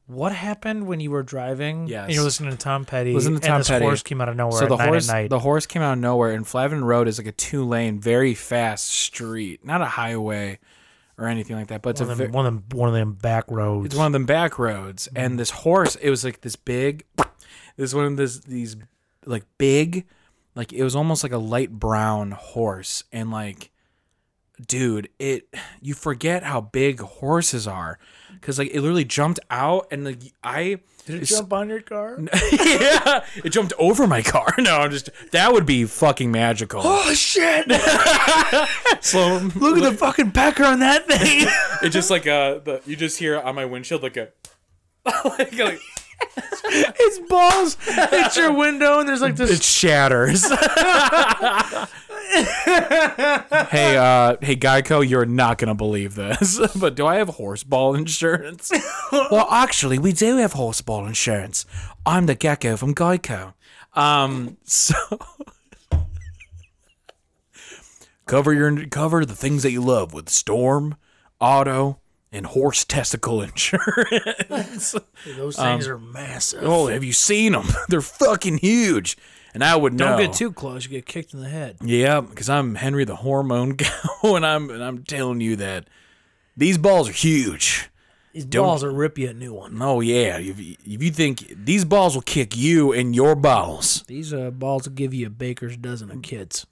What happened when you were driving? Yes. and you're listening to Tom Petty. Listen to Tom and this Petty. horse came out of nowhere. So the at nine horse, at night. the horse came out of nowhere, and Flavin Road is like a two-lane, very fast street, not a highway or anything like that. But it's one, a of ve- them, Mm-hmm. one of them, one of them back roads. it's one of them back roads, and this horse, it was like this big, this one of this these like big, like it was almost like a light brown horse, and like, dude, it you forget how big horses are, because like it literally jumped out, and like I Did it it's- jump on your car? yeah, it jumped over my car. No, I'm just that would be fucking magical. Oh shit! Slow. Look at the fucking pecker on that thing. It just like uh, the, you just hear on my windshield like a, like, like His balls hit your window, and there's like this. it shatters. hey, uh, hey, Geico, you're not gonna believe this, but do I have horseball insurance? well, actually, we do have horseball insurance. I'm the gecko from Geico. Um, so cover your cover the things that you love with storm, auto, and horse testicle insurance. Those things are massive. um, oh, have you seen them? They're fucking huge. And I would know. Don't get too close; you get kicked in the head. Yeah, because I'm Henry the Hormone Cow, and I'm and I'm telling you that these balls are huge. These balls will rip you a new one. Oh yeah, if, you- if you think these balls will kick you and your balls, These uh, balls will give you a baker's dozen of kids.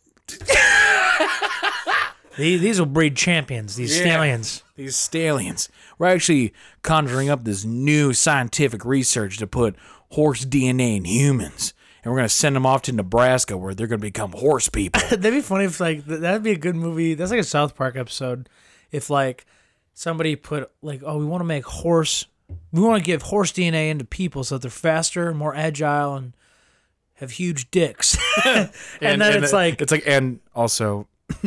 these, these will breed champions. These stallions. these stallions, we're actually conjuring up this new scientific research to put horse DNA in humans, and we're gonna send them off to Nebraska where they're gonna become horse people. That'd be funny if like th- that'd be a good movie. That's like a South Park episode. If like somebody put like, oh, we want to make horse, we want to give horse DNA into people so that they're faster, more agile, and have huge dicks. and, then it's like, it's like and also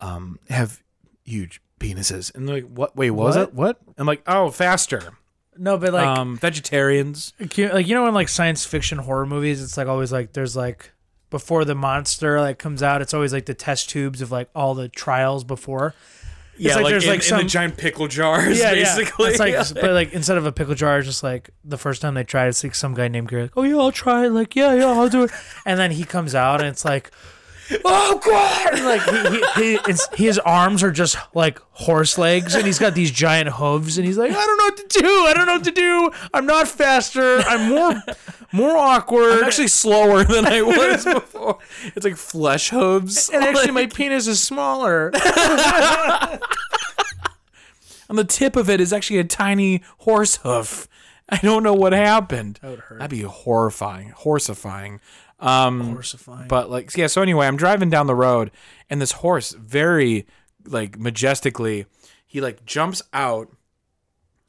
um have huge penises and they're like what wait what was What? it what i'm like oh faster no, but like, um vegetarians cu- like you know, in like science fiction horror movies, it's like always like there's like before the monster like comes out, it's always like the test tubes of like all the trials before. Yeah, like there's, like, some- giant pickle jars It's like, but like instead of a pickle jar, it's just like the first time they tried, it's like some guy named Gary, like, oh yeah, I'll try it. Like yeah, yeah, I'll do it. And then he comes out and it's like, oh god like he, he, he it's- his arms are just like horse legs, and he's got these giant hooves, and he's like, I don't know what to do. I don't know what to do. I'm not faster. I'm more, more awkward. i'm actually slower than i was before it's like flesh hooves and actually, my penis is smaller. on the tip of it is actually a tiny horse hoof i don't know what happened that would hurt. that'd be horrifying horsifying um Horrifying. But like yeah, so anyway, I'm driving down the road and this horse very like majestically he like jumps out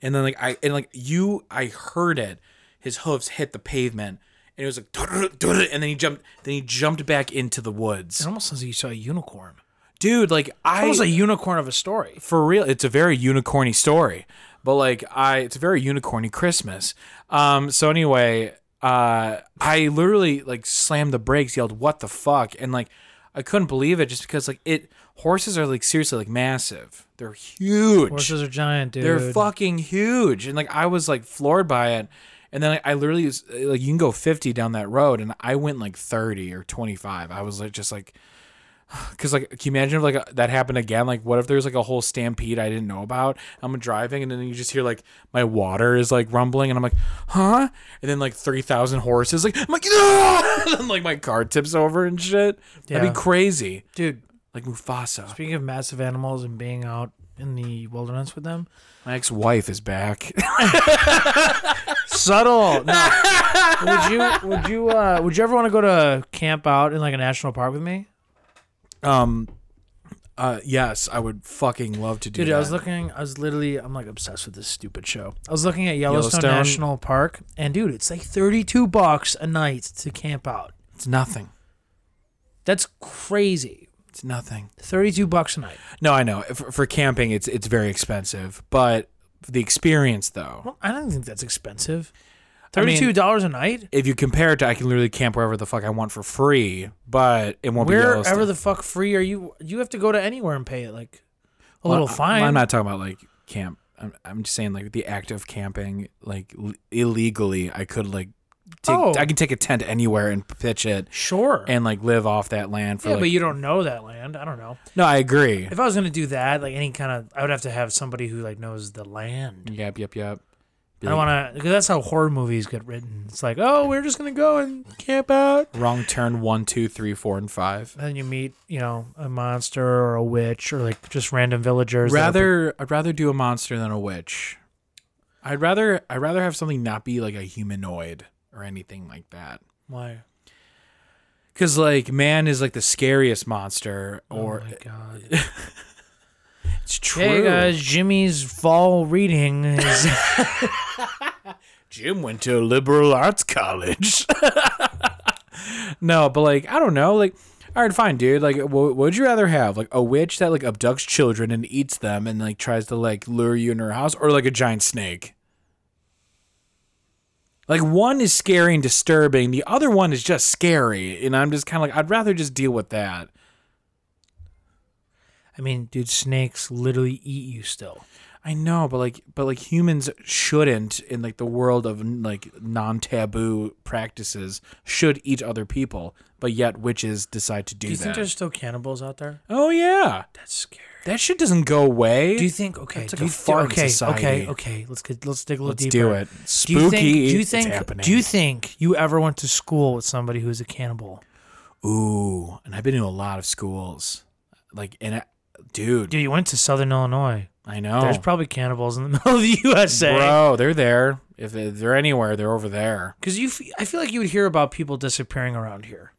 and then like I and like you I heard it. His hooves hit the pavement and it was like and then he jumped then he jumped back into the It woods. almost sounds like you saw a unicorn. Dude, like I It was a unicorn of a story. for real it's a very unicorny story but like i it's a very unicorny christmas um so anyway uh i literally like slammed the brakes yelled what the fuck and like i couldn't believe it just because like it horses are like seriously like massive they're huge Horses are giant, dude. they're fucking huge and like i was like floored by it and then like, i literally was, like you can go 50 down that road and i went like 30 or 25 i was like just like because like can you imagine if like a- that happened again like what if there's like a whole stampede i didn't know about i'm driving and then you just hear like my water is like rumbling and i'm like huh and then like 3000 horses like i'm like "Ah!" and like my car tips over and shit that'd Yeah. be crazy dude. like mufasa Speaking of massive animals and being out in the wilderness with them, my ex-wife is back subtle. No. would you would you uh, would you ever want to go to camp out in like a national park with me, Um. Uh. Yes, I would fucking love to do dude? that. I was looking. I was literally. I'm like obsessed with this stupid show. I was looking at Yellowstone, Yellowstone. National Park, and dude, it's like 32 bucks a night to camp out. it's nothing. That's crazy. It's nothing. 32 bucks a night. No, I know. For, for camping, it's it's very expensive, but for the experience though. Well, I don't think that's expensive. I mean- Thirty-two dollars a night. If you compare it to, I can literally camp wherever the fuck I want for free, but it won't be Yellowstone. wherever the fuck free are you you have to go to anywhere and pay it like a little I- fine I'm not talking about like camp. I'm, I'm just saying like the act of camping, like l- illegally, I could like take. Oh. I can take a tent anywhere and pitch it sure and like live off that land for yeah like. but you don't know that land i don't know no, I agree. if i was gonna do that like any kind of i would have to have somebody who like knows the land Yep, yep, yep. I don't want to because that's how horror movies get written. It's like, oh, we're just gonna go and camp out, Wrong turn one, two, three, four, and five. and then you meet, you know, a monster or a witch or like just random villagers. that are rather I'd rather do a monster than a witch. I'd rather I'd rather have something not be like a humanoid or anything like that. pre- Why? Cause like man is like the scariest monster, or oh my god! it's true. hey guys, Jimmy's fall reading is Jim went to a liberal arts college. no, but like I don't know, like all right, fine, dude. Like, wh- what would you rather have, like a witch that like abducts children and eats them and like tries to like lure you into her house, or like a giant snake? Like one is scary and disturbing, the other one is just scary, and I'm just kind of like I'd rather just deal with that. I mean, dude, snakes literally eat you still. I know, but like, but like humans shouldn't in like the world of like non-taboo practices should eat other people, but yet witches decide to do, Do you that. think there's still cannibals out there? oh yeah, That's scary. that shit doesn't go away. Do you think? Okay, That's like do a you, farm okay, okay, society. okay. Let's get let's dig a little Let's deeper. do it. Do Spooky. you think? Do you it's think? happening. Do you think you ever went to school with somebody who's a cannibal? Ooh, and I've been to a lot of schools, like and I, dude, Dude, you went to Southern Illinois. I know, There's probably cannibals in the middle of the USA. bro, they're there. If they- they're anywhere, they're over there. Because you, f- I feel like you would hear about people disappearing around here,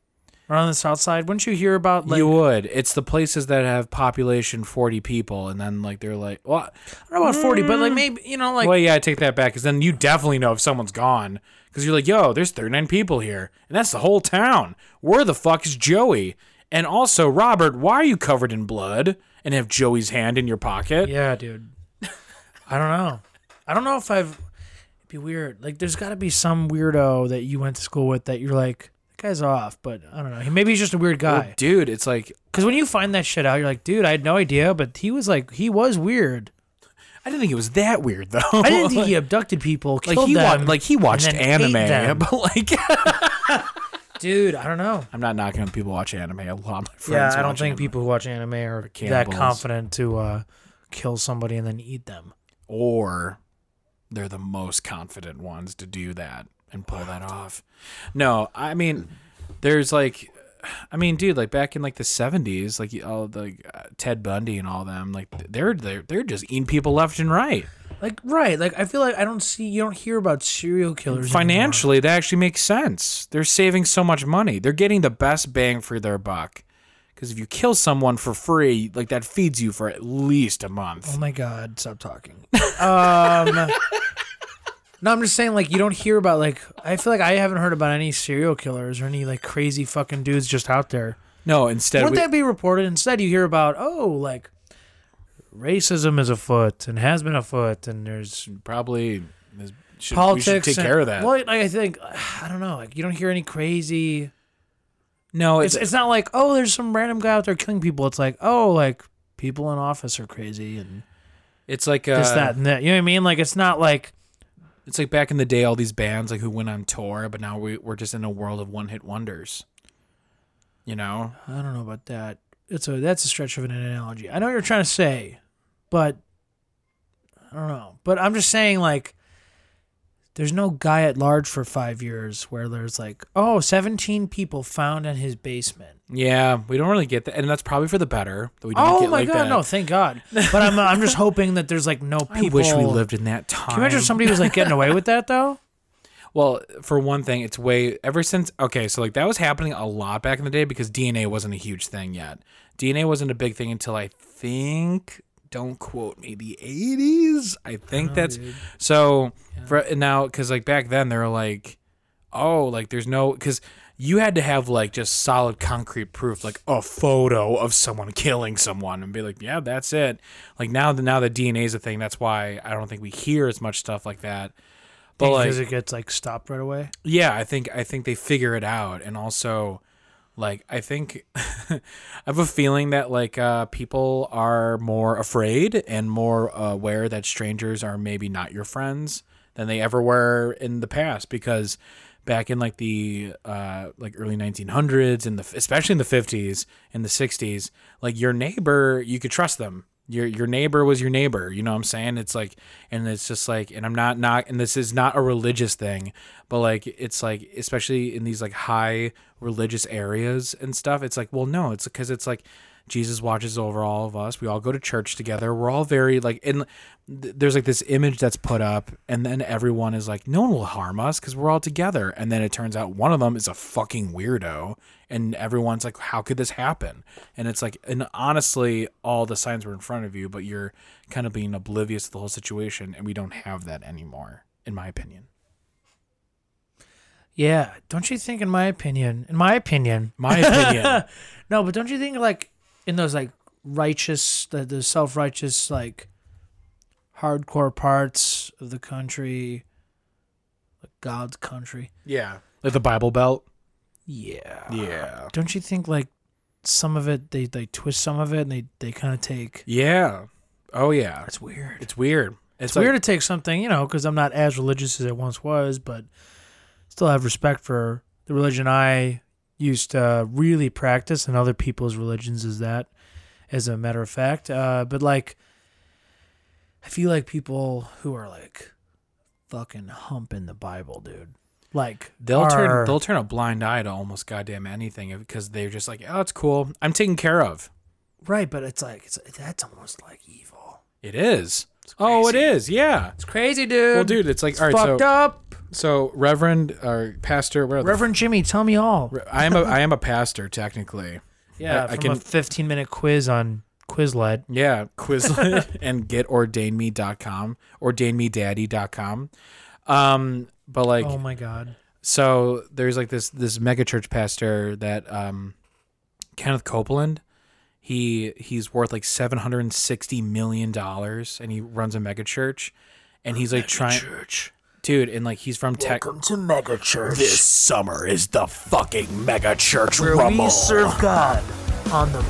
around the South Side. Wouldn't you hear about like? you would. It's the places that have population forty people, and then like they're like, well. I don't know about forty, but Mm. like maybe you know, like well, yeah, I take that back because then you definitely know if someone's gone because you're like, yo, there's 39 people here, and that's the whole town. Where the fuck is Joey? And also, Robert, why are you covered in blood and have Joey's hand in your pocket? Yeah, dude. I don't know. I don't know if I've. It'd be weird. Like, there's got to be some weirdo that you went to school with that you're like, that guy's off, but I don't know. He- Maybe he's just a weird Well, guy. dude, it's like Because when you find that shit out, you're like, dude, I had no idea, but he was like, he was weird. I didn't think it was that weird though. I didn't think he abducted people, like killed he wa- them. like he watched and then ate anime, them. but like dude, I don't know. I'm not knocking on people who watch anime. A lot of my friends. Yeah, I don't watch think anime. people who watch anime are that cannibals. confident to uh, kill somebody and then eat them. or they're the most confident ones to do that and pull that off. No, I mean, there's like, I mean, dude, like back in like the '70s, like you- all the like, uh, Ted Bundy and all them, like they're they're they're just eating people left and right. Like, right. Like, I feel like I don't see, you don't hear about serial killers. anymore. Financially, that actually makes sense. They're saving so much money. They're getting the best bang for their buck. Because if you kill someone for free, like that feeds you for at least a month. Oh my god, stop talking. um No, I'm just saying like you don't hear about like I feel like I haven't heard about any serial killers or any like crazy fucking dudes just out there. No, instead, Wouldn't we, that be reported? Instead you hear about, oh, like racism is afoot and has been afoot and there's probably is- should, politics we should take and- care of that. Well, like I think I don't know, like you don't hear any crazy no, it's it's not like, oh, there's some random guy out there killing people. It's like, oh, like people in office are crazy and It's like uh, this, that, and that. You know what I mean? Like it's not like It's like back in the day, all these bands like who went on tour, but now we, we're just in a world of one hit wonders. You know, I don't know about that. It's a that's a stretch of an analogy. I know what you're trying to say, but I don't know. But I'm just saying like there's no guy at large for five years where there's like, oh, 17 people found in his basement. yeah, we don't really get that, and that's probably for the better. That we didn't oh get my like god, that. no, thank God. But I'm I'm just hoping that there's like no I people. wish we lived in that time. Can you imagine if somebody was like getting away with that though? Well, for one thing, it's way ever since. Okay, so like that was happening a lot back in the day because DNA wasn't a huge thing yet. DNA wasn't a big thing until I think. Don't quote me. The eighties. I think that's so. For and now, because like back then, they were like, oh, like there's no because you had to have like just solid concrete proof, like a photo of someone killing someone, and be like, yeah, that's it. Like now, the now that DNA is a thing, that's why I don't think we hear as much stuff like that. But like, because it gets like stopped right away. yeah, I think I think they figure it out, and also, like, I think I have a feeling that like uh, people are more afraid and more aware that strangers are maybe not your friends than they ever were in the past because back in like the uh, like early 1900s and the especially in the 50s and the 60s, like your neighbor, you could trust them. your your neighbor was your neighbor you know what i'm saying it's like and it's just like and i'm not not and this is not a religious thing but like it's like especially in these like high religious areas and stuff it's like well no it's because it's like jesus watches over all of us we all go to church together we're all very like and th- there's like this image that's put up and then everyone is like no one will harm us because we're all together and then it turns out one of them is a fucking weirdo and everyone's like how could this happen and it's like and honestly all the signs were in front of you but you're kind of being oblivious to the whole situation and we don't have that anymore in my opinion Yeah, don't you think? In my opinion, in my opinion, my opinion no, but don't you think like in those like righteous, the, the self righteous like hardcore parts of the country, like God's country? yeah like the bible belt Yeah. yeah Don't you think like some of it they they twist some of it and they they kind of take yeah oh yeah that's weird. it's weird It's weird to take something, you know, because I'm not as religious as I once was, but still have respect for the religion I used to really practice and other people's religions is that, as a matter of fact. Uh, but like, I feel like people who are like fucking humping the Bible, dude. Like They'll are- turn they'll turn a blind eye to almost goddamn anything because they're just like, oh, it's cool. I'm taken care of. right, but it's like it's that's almost like evil. It is. Oh, it is. Yeah. It's crazy, dude. Well, dude, it's like it's all right. fucked So, up. so Reverend or Pastor, whatever. the Reverend Jimmy, tell me all. f- I am a I am a pastor technically. Yeah, I- I from a can- 15 minute quiz on Quizlet. Yeah, Quizlet and getordainme.com, ordainmedaddy.com. Um, but like, oh my god. so there's like this this megachurch pastor that um Kenneth Copeland he he's worth like 760 million dollars and he runs a megachurch and he's like trying Church. dude and like he's from tech to mega church. This summer is the fucking mega church where rumble we serve God on the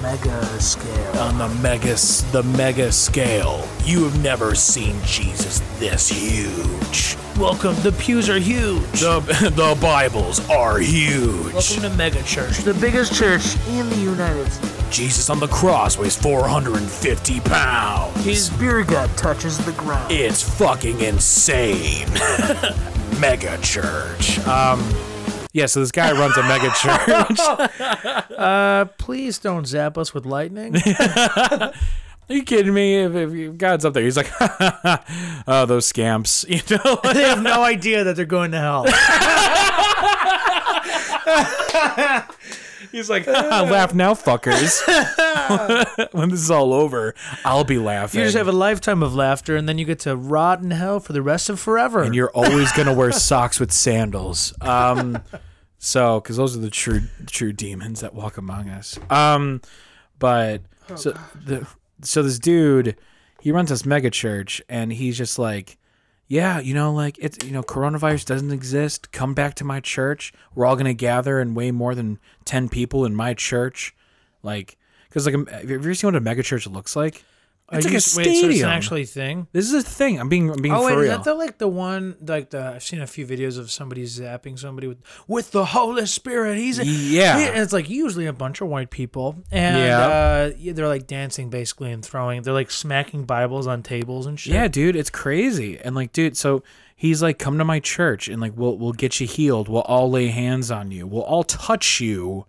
mega scale. on the mega s- the mega scale. You have never seen Jesus this huge. Welcome. The pews are huge. The the Bibles are huge. Welcome to mega church, the biggest church in the United States. Jesus on the cross weighs 450 pounds. His beer gut touches the ground. It's fucking insane. mega church. Um, yeah so this guy runs a megachurch Uh, please don't zap us with lightning. are you kidding me if, if God's up there he's like oh those scamps you know they have no idea that they're going to hell. he's like "Ah." laugh now fuckers when this is all over I'll be laughing You just have a lifetime of laughter, and then you get to rot in hell for the rest of forever. and you're always gonna wear socks with sandals. Um, so because those are the true true demons that walk among us. Um, but so the so this dude he runs this mega church and he's just like. Yeah, you know, like it's you know, coronavirus doesn't exist. Come back to my church. We're all gonna gather and way more than ten people in my church, like, because like, um, have you ever seen what a mega church looks like? Are It's like a you- Wait, so it's stadium. an actually thing. This is a thing. I'm being, I'm being Oh for wait, real. is that the like the one like the I've seen a few videos of somebody zapping somebody with with the Holy Spirit. He's Yeah. he- and it's like usually a bunch of white people, and Yeah. uh, yeah, they're like dancing basically and throwing. They're like smacking Bibles on tables and shit. Yeah, dude, it's crazy. And like, dude, so he's like, come to my church and like we'll we'll get you healed. We'll all lay hands on you. We'll all touch you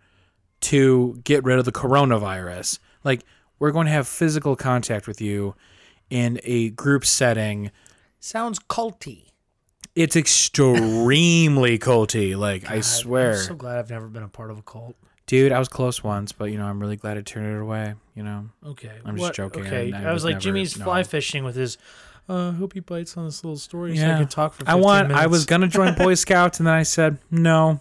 to get rid of the coronavirus. Like, we're going to have physical contact with you in a group setting. sounds culty. It's extremely culty. Like, I swear. I'm so glad I've never been a part of a cult. dude, I was close once, but you know, I'm really glad I turned it away, you know. Okay, I'm just what- joking, Okay, I I, was was like never- Jimmy's no. fly fishing with his. Uh, hope he bites on this little story so I Yeah. can talk for. 15 I want Minutes. I was gonna join Boy Scouts and then I said, No.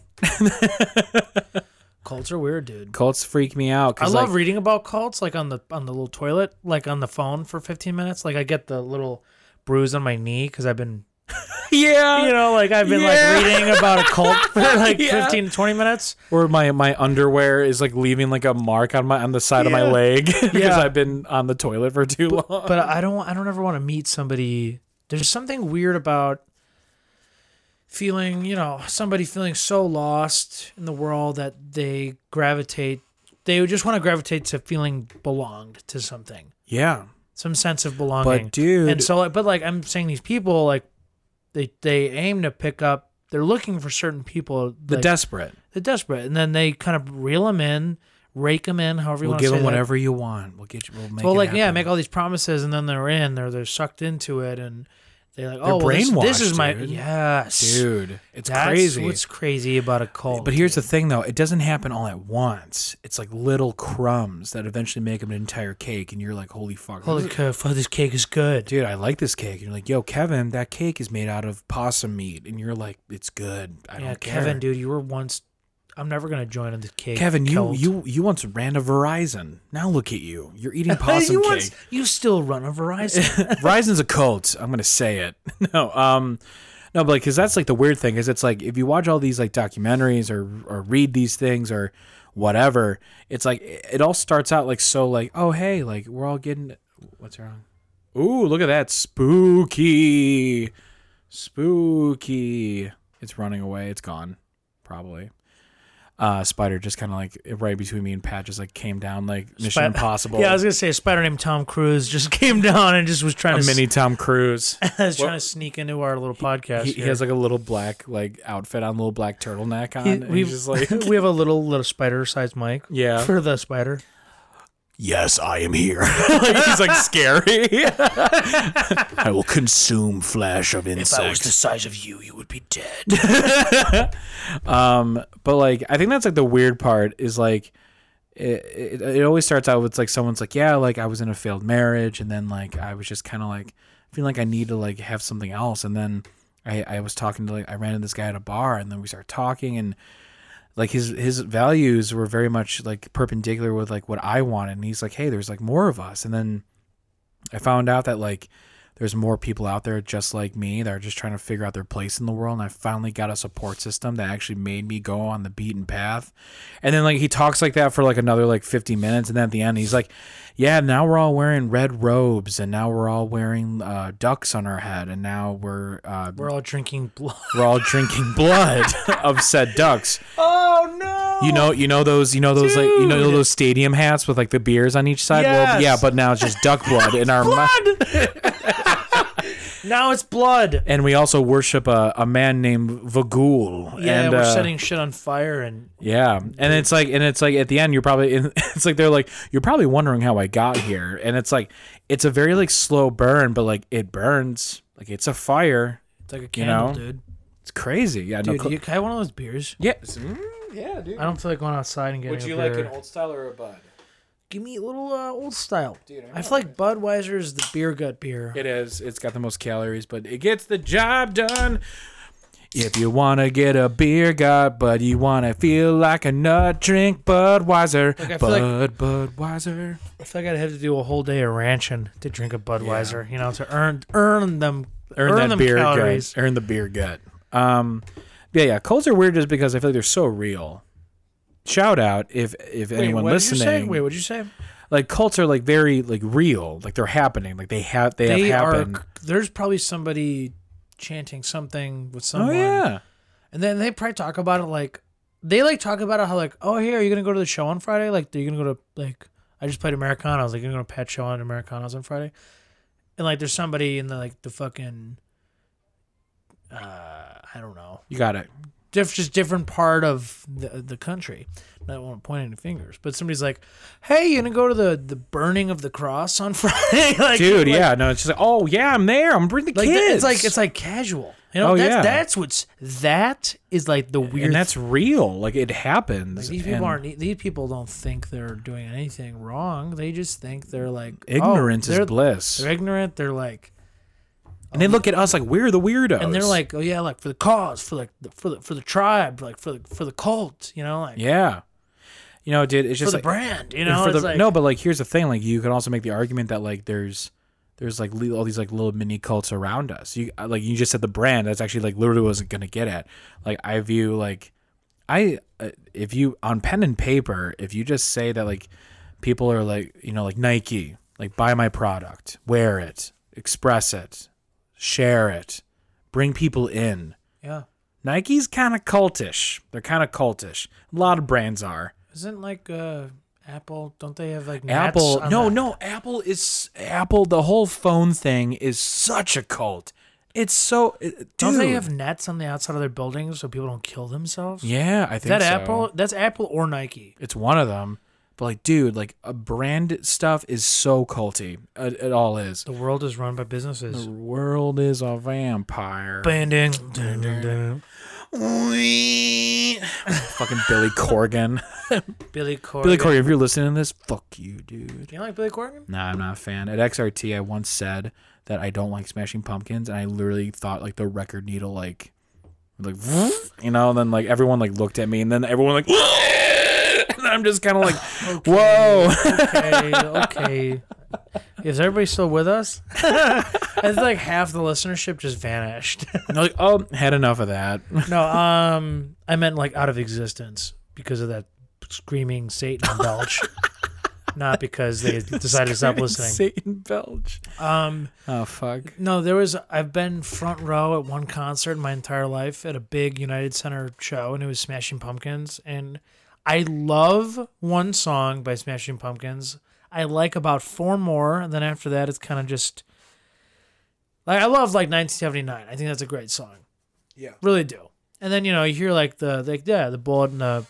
cults are weird, dude. Cults freak me out. I 'cause, love like, reading about cults, like on the on the little toilet, like on the phone for 15 minutes. Like I get the little bruise on my knee because I've been, Yeah. you know, like I've been Yeah. like reading about a cult for like Yeah. 15 to 20 minutes. Or my my underwear is like leaving like a mark on my on the side of my Yeah. leg because Yeah. I've been on the toilet for too long. But I don't, I don't ever want to meet somebody. There's something weird about feeling, you know, somebody feeling so lost in the world that they gravitate they just want to gravitate to feeling belonged to something, Yeah. some sense of belonging. But dude, and so, like, but like I'm saying, these people like they they aim to pick up. They're looking for certain people. the like, desperate. they're desperate, and then they kind of reel them in, rake them in, however you We'll want give to say them that. whatever you want. We'll get you. We'll make. well, it like yeah, happen. make all these promises, and then they're in, or they're sucked into it, and they like, They're oh, well, this, brainwashed, this is my dude. yes, dude. It's That's crazy. what's crazy about a cult. But here's the thing, though. It doesn't happen all at once. It's like little crumbs that eventually make an entire cake, and you're like, "Holy fuck!" holy this is- cow, fuck, this cake is good. dude, I like this cake. And you're like, "Yo, Kevin, that cake is made out of possum meat," and you're like, "It's good. I yeah, don't care." Kevin, dude, you were once. I'm never gonna join in the cake. Kevin, you cult. you you once ran a Verizon. Now look at you. You're eating possum you cake. once- you still run a Verizon. Verizon's a cult. I'm gonna say it. No, um, no, but like, cause that's like the weird thing is it's like if you watch all these like documentaries or or read these things or whatever, it's like it it all starts out like so like oh hey like we're all getting what's wrong? Ooh, look at that spooky, spooky. It's running away. It's gone, probably. Uh, spider just kind of like right between me and Pat just like came down like Mission Spi- Impossible. yeah, I was gonna say a spider named Tom Cruise just came down and just was trying a to mini Tom Cruise. was trying to sneak into our little podcast. he, he here. has like a little black like outfit on, little black turtleneck on. He- and we've- he's just like, we have a little little spider sized mic. Yeah. for the spider. Yes, I am here. like, he's like scary. I will consume flesh of insects. size of you, you would be dead. um, but like I think that's like the weird part is like it, it, it always starts out with like someone's like yeah like I was in a failed marriage and then like I was just kind of like feeling like I need to like have something else and then I I was talking to like I ran into this guy at a bar and then we started talking and like his his values were very much like perpendicular with like what I wanted and he's like hey there's like more of us and then I found out that like there's more people out there just like me that are just trying to figure out their place in the world and I finally got a support system that actually made me go on the beaten path. And then like he talks like that for like another like 50 minutes and then at the end he's like, "Yeah, now we're all wearing red robes and now we're all wearing uh, ducks on our head and now we're uh, We're all drinking blood. we're all drinking blood of said ducks." Oh no! You know, you know those, you know those, like you know Dude. those stadium hats with like the beers on each side. Well, Yes. yeah, but now it's just duck blood in our mouth. blood. now it's blood. And we also worship a, a man named Vagul. Yeah, and, we're uh, setting shit on fire and Yeah, and it's like, and it's like at the end, you're probably, in, it's like they're like, you're probably wondering how I got here, and it's like, it's a very like slow burn, but like it burns, like it's a fire. it's like a You candle, know? dude. It's crazy. Yeah, Dude, no, cl- you, can I have one of those beers? yeah, Mm, yeah, dude. I don't feel like going outside and getting. a beer. style or a bud? Give me a little uh, old style. Dude, I I, feel like Budweiser is the beer gut beer. It is. It's got the most calories, but it gets the job done. If you want to get a beer gut, but you want to feel like a nut, drink Budweiser. Like, I feel Bud, Budweiser. I feel like I'd have to do a whole day of ranching to drink a Budweiser, you know, to earn earn them earn, them calories. gut. Earn the beer gut. Um, yeah, yeah. Colds are weird just because I feel like they're so real. Shout out if if anyone what listening Did you say? Wait, what did you say? like cults are like very like real like they're happening like they have they, They have are. happened There's probably somebody chanting something with oh someone. yeah And then they probably talk about it like they like talk about it how like oh hey are you gonna go to the show on Friday like are you gonna go to like I just played Americanos like you're gonna go to Pat show on Americanos on Friday, and like there's somebody in the like the fucking uh I don't know you got it diff- just different part of the, the country. I won't point any fingers, but somebody's like, "Hey, you gonna go to the the burning of the cross on Friday?" like, dude like- yeah no it's just like oh yeah I'm there I'm bringing the like kids th- it's like it's like casual. You know, Oh, that's yeah. that's what's that is like the weird. and that's real. Like it happens. these people and aren't. e, These people don't think they're doing anything wrong. They just think they're like oh, Ignorance they're- is bliss. They're ignorant. They're like, And they look at us like we're the weirdos. and they're like, oh yeah, like for the cause, for like the, for the for the tribe, like for the for the cult. You know, like yeah. You know, dude, it's for just the like, brand. You know, for the- It's like- no, but like here's the thing. Like you can also make the argument that like there's there's like li- all these like little mini cults around us. You uh, like you just said the brand. That's actually like literally wasn't gonna get at. Like I view like I uh, if you on pen and paper if you just say that like people are like you know like Nike like buy my product wear it express it share it bring people in yeah. Nike's kind of cultish. They're kind of cultish. A lot of brands are. Isn't like uh, Apple, don't they have like nuts Apple. on No, the- no. Apple is Apple. The whole phone thing is such a cult. It's so. It, dude. Don't they have nets on the outside of their buildings so people don't kill themselves? Yeah, I Is think that so. Apple? That's Apple or Nike. It's one of them. But like, dude, like a brand stuff is so culty. It, it all is. The world is run by businesses. The world is a vampire. Banding. Dun, dun, dun. Fucking Billy Corgan. Billy Corgan. Billy Corgan, if you're listening to this, fuck you, dude. You like Billy Corgan? Nah, I'm not a fan. At XRT, I once said that I don't like Smashing Pumpkins, and I literally thought like the record needle like, like you know, and then like everyone like looked at me, and then everyone like, and I'm just kind of like, whoa. Okay, okay. Is everybody still with us? I think like half the listenership just vanished. And they're like, oh, had enough of that. no, um, I meant like out of existence because of that screaming Satan belch, not because they decided to stop listening. Satan belch. Um, Oh fuck. no, there was. I've been front row at one concert my entire life at a big United Center show, and it was Smashing Pumpkins, and I love one song by Smashing Pumpkins. I like about four more, and then after that, it's kind of just like I love like 1979. I think that's a great song. Yeah. really do. And then you know you hear like the like yeah the bullet and the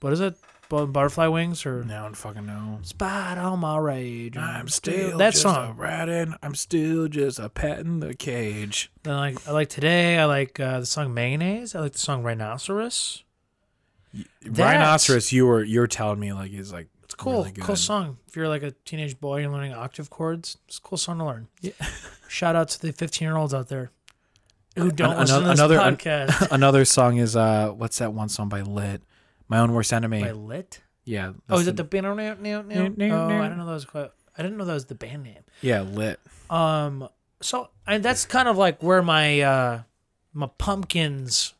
what is it bullet and butterfly wings or No one fucking knows. spot on my rage. Mm-hmm. I'm still that just a song. rat in. I'm still just a pet in the cage. Then like I like today. I like uh, the song Mayonnaise. I like the song Rhinoceros. That- Rhinoceros, you were you're telling me like is like It's cool, really good. cool song. If you're like a teenage boy and learning octave chords, it's a cool song to learn. Yeah. Shout out to the 15 year olds out there who don't an- listen to this another- an- podcast. Another song is uh, what's that one song by Lit? My own worst enemy. By Lit. Yeah. Oh, that's is it the- the band name? Meow, meow, Oh, meow. I didn't know that was quite. I didn't know that was the band name. yeah Lit? Um, so and that's kind of like where my uh my pumpkins.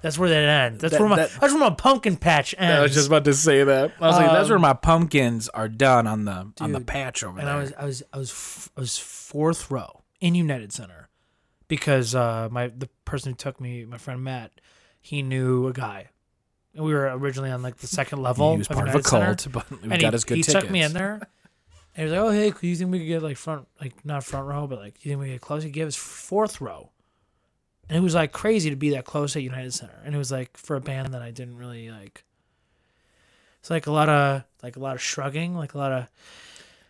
That's where that ends. That's That- where my that- that's where my pumpkin patch ends. I was just about to say that. I was like, that's Um, where my pumpkins are done on the on the Dude. patch over and there. I was I was I was f- I was fourth row in United Center because uh my the person who took me my friend Matt he knew a guy and we were originally on like the second level he was of part of a United Center. cult, but we and got he, us good he tickets. took me in there. And he was like, "Oh hey, you think we could get like front, like not front row, but like you think we could get close?" He gave us fourth row, and it was like crazy to be that close at United Center. And it was like for a band that I didn't really like. It's like a lot of like a lot of shrugging, like a lot of.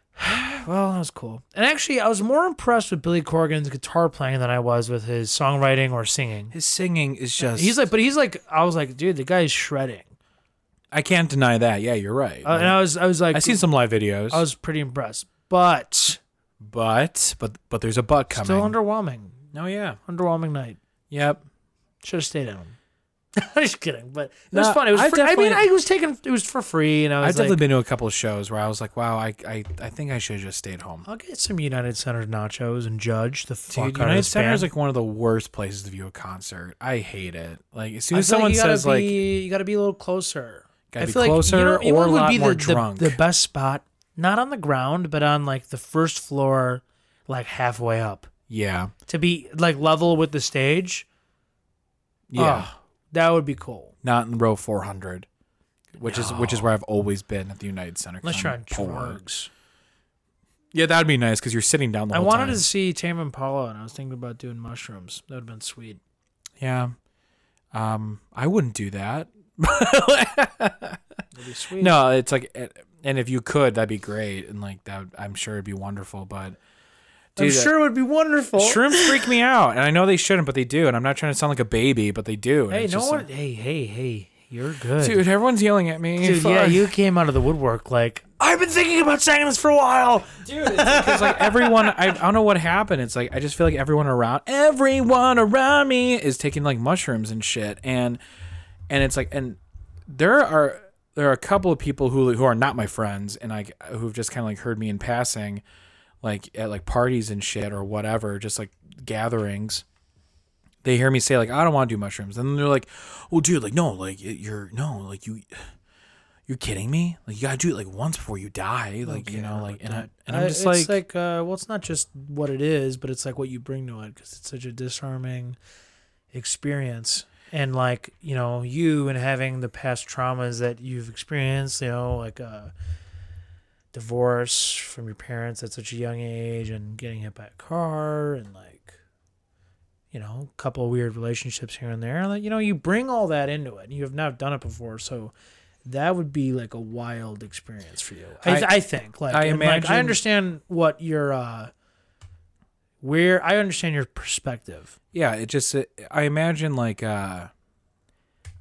Well, that was cool. And actually, I was more impressed with Billy Corgan's guitar playing than I was with his songwriting or singing. His singing is just. He's like, but he's like, I was like, dude, the guy's shredding. I can't deny that. Yeah, you're right. Uh, and I was, I was like, I've seen some live videos, I was pretty impressed, but but but but there's a butt coming. still underwhelming. no, yeah, Underwhelming night. yep. Should have stayed at home. I'm just kidding, but it was No, fun. It was. I Free. I mean, I definitely- was taken. It was for free, and I I've was like, definitely been to a couple of shows where I was like, wow, I I, I think I should have just stayed home. I'll get some United Center nachos and judge the fuck Dude, out of United this Center band. is like one of the worst places to view a concert. I hate it. Like as soon I as feel someone like you gotta says like be- you got to be a little closer. Gotta I be feel like, you closer know- you know or a what would lot be more the, the- drunk. The, best spot, not on the ground, but on like the first floor, like halfway up, yeah, to be like level with the stage. yeah, Oh, that would be cool. not in row 400, which is which is where I've always been at the United Center. 'cause Unless you're I'm on drugs. Yeah, that'd be nice because you're sitting down the I whole wanted time. to see Tame Impala, and I was thinking about doing mushrooms. That would have been sweet. Yeah, um, I wouldn't do that. That'd be sweet. No, it's like, and if you could, that'd be great, and like that, I'm sure it'd be wonderful. But I'm dude, sure it would be wonderful. Shrooms freak me out, and I know they shouldn't, but they do. And I'm not trying to sound like a baby, but they do. and Hey, it's no just one. like- hey, hey, hey. You're good, dude, everyone's yelling at me. Dude, yeah, Fuck. you came out of the woodwork like I've been thinking about saying this for a while. Because like everyone, I, I don't know what happened. It's like I just feel like everyone around, everyone around me is taking like mushrooms and shit, and and it's like, and there are there are a couple of people who who are not my friends, and like who've just kind of like heard me in passing, like at like parties and shit or whatever, just like gatherings. They hear me say like I don't want to do mushrooms, and then they're like, "Well, dude, like no, like you're no, like you." You're kidding me? Like you gotta do it like once before you die, like you know, like and I and I'm Uh, just it's like, uh, well, it's not just what it is, but it's like what you bring to it because it's such a disarming experience. and like you know you and having the past traumas that you've experienced you know like uh divorce from your parents at such a young age and getting hit by a car and like you know a couple of weird relationships here and there like you know you bring all that into it and you have not done it before so that would be like a wild experience for you i, I- I think like I and, like, i imagine- understand what your uh where i understand your perspective yeah it just it, i imagine like uh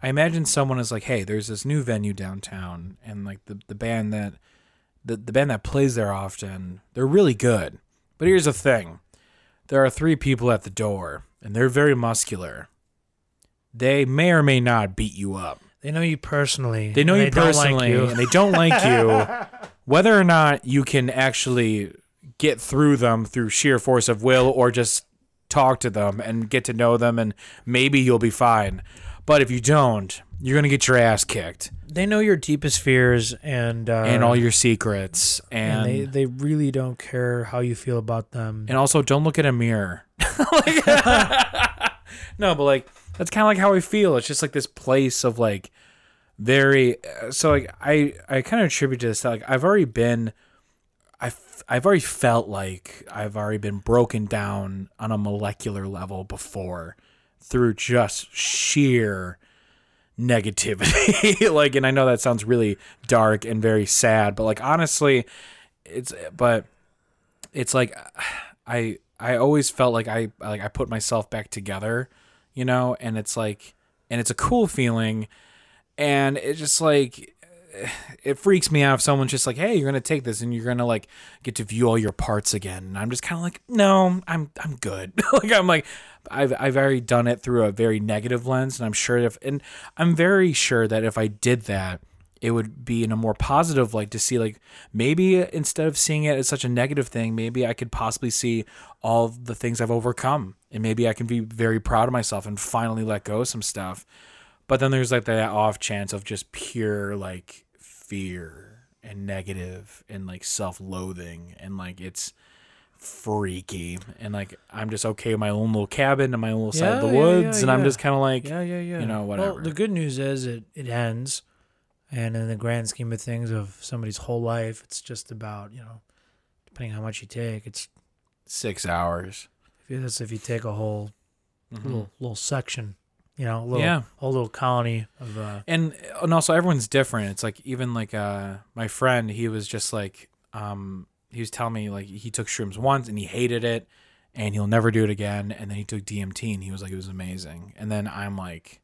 i imagine someone is like hey there's this new venue downtown and like the, the band that the, the band that plays there often they're really good but here's the thing there are three people at the door and they're very muscular they may or may not beat you up They know you personally. they know and you don't like personally you. and they don't like you whether or not you can actually get through them through sheer force of will or just talk to them and get to know them and maybe you'll be fine but if you don't you're gonna get your ass kicked They know your deepest fears and uh, and all your secrets and and and, they, they really don't care how you feel about them. also don't look at a mirror Like- no but like that's kind of like how i feel it's just like this place of like very uh, so like i i kind of attribute to this that, like i've already been I've, I've already felt like I've already been broken down on a molecular level before through just sheer negativity. like, and I know that sounds really dark and very sad, but like, honestly, it's, but it's like, I, I always felt like I, like, I put myself back together, you know, and it's like, and it's a cool feeling. And it's just like, it freaks me out if someone's just like, "Hey, you're gonna take this and you're gonna like get to view all your parts again." And I'm just kind of like, "No, I'm I'm good." like I'm like, I've I've already done it through a very negative lens, and I'm sure if and I'm very sure that if I did that, it would be in a more positive like to see like maybe instead of seeing it as such a negative thing, maybe I could possibly see all the things I've overcome, and maybe I can be very proud of myself and finally let go of some stuff. But then there's like that off chance of just pure like fear and negative and like self loathing and like it's freaky and like I'm just okay with my own little cabin and my own little side of Yeah, the yeah, woods yeah, and I'm yeah. just kind of like yeah, yeah, yeah. you know, Well, whatever. the good news is it, it ends, and in the grand scheme of things of somebody's whole life, it's just about you know, depending how much you take. It's six hours. that's if you take a whole Mhm. little little section, you know, a little Yeah. whole little colony of uh, and and also everyone's different it's like even like uh my friend he was just like um he was telling me like he took shrooms once and he hated it and he'll never do it again and then he took dmt and he was like it was amazing and then i'm like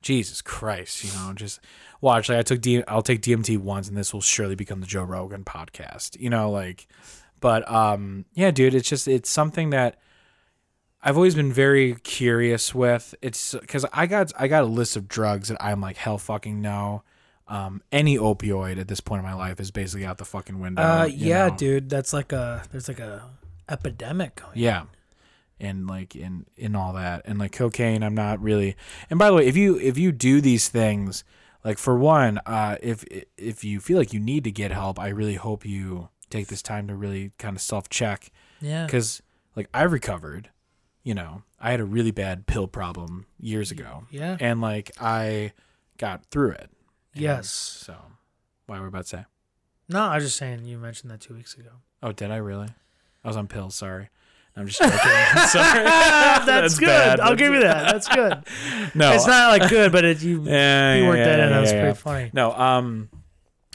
jesus christ you know just watch like i took D- i'll take dmt once and this will surely become the joe rogan podcast you know like but um yeah dude it's just it's something that I've always been very curious with it's because I got I got a list of drugs that I'm like hell fucking no. Um, any opioid at this point in my life is basically out the fucking window. uh you yeah, know? dude. That's like a there's like a epidemic going. Yeah, and like in in all that and like cocaine, I'm not really. And by the way, if you if you do these things, like for one, uh, if if you feel like you need to get help, I really hope you take this time to really kind of self check Yeah. because like I recovered, you know, I had a really bad pill problem years ago. Yeah. And like I got through it. And Yes. So why were we about to say? No, I was just saying you mentioned that two weeks ago. Oh, did I really? I was on pills, sorry. I'm just joking. sorry. That's, Ah, good. bad. I'll give you that. That's good. No. uh, it's not like good, but it, you yeah, you yeah, worked that yeah, in. That was yeah, yeah. pretty funny. No, um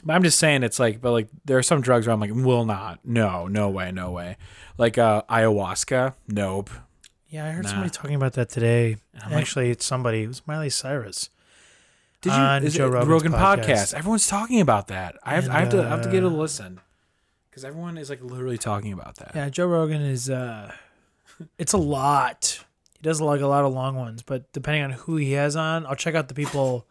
but I'm just saying it's like but like there are some drugs where I'm like, will not. No, no way, no way. Like uh ayahuasca, nope. Yeah, I heard Nah. somebody talking about that today. I'm like- Actually, it's somebody. It was Miley Cyrus. Did you on is Joe it the Rogan Rogan's podcast. podcast. Everyone's talking about that. I have, I have And, to I have to get a uh, listen because everyone is like literally talking about that. Yeah, Joe Rogan is. uh It's a lot. He does like a lot of long ones, but depending on who he has on, I'll check out the people.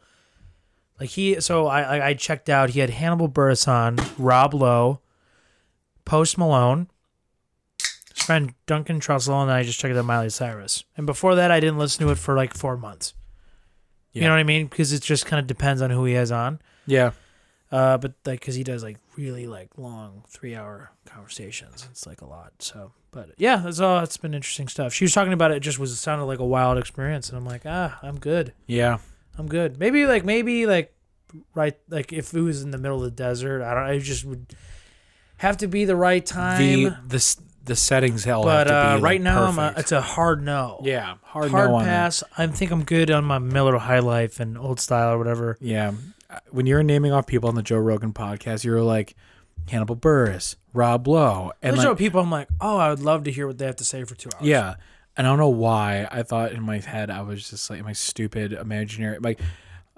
Like he, so I I, I checked out. He had Hannibal Buress on, Rob Lowe, Post Malone, his friend Duncan Trussell, and I just checked out Miley Cyrus. And before that, I didn't listen to it for like four months. You Yeah. know what I mean? Because it just kind of depends on who he has on. Yeah. Uh, but like, cause he does like really like long three hour conversations. It's like a lot. So, but yeah, that's all. It's been interesting stuff. She was talking about it. it just was it sounded like a wild experience, and I'm like, ah, I'm good. Yeah. I'm good. Maybe like maybe like right like if it was in the middle of the desert, I don't. I just would have to be the right time. The the s- the settings hell. have but to uh, be, like, right now, I'm a, perfect. it's a hard no. yeah hard, hard no on that. pass. I think I'm good on my Miller High Life and Old Style or whatever. Yeah. When you're naming off people on the Joe Rogan podcast, you're like Hannibal Burris, Rob Lowe, and Those like, are people I'm like, oh, I would love to hear what they have to say for two hours. yeah. And I don't know why I thought in my head I was just like my stupid imaginary like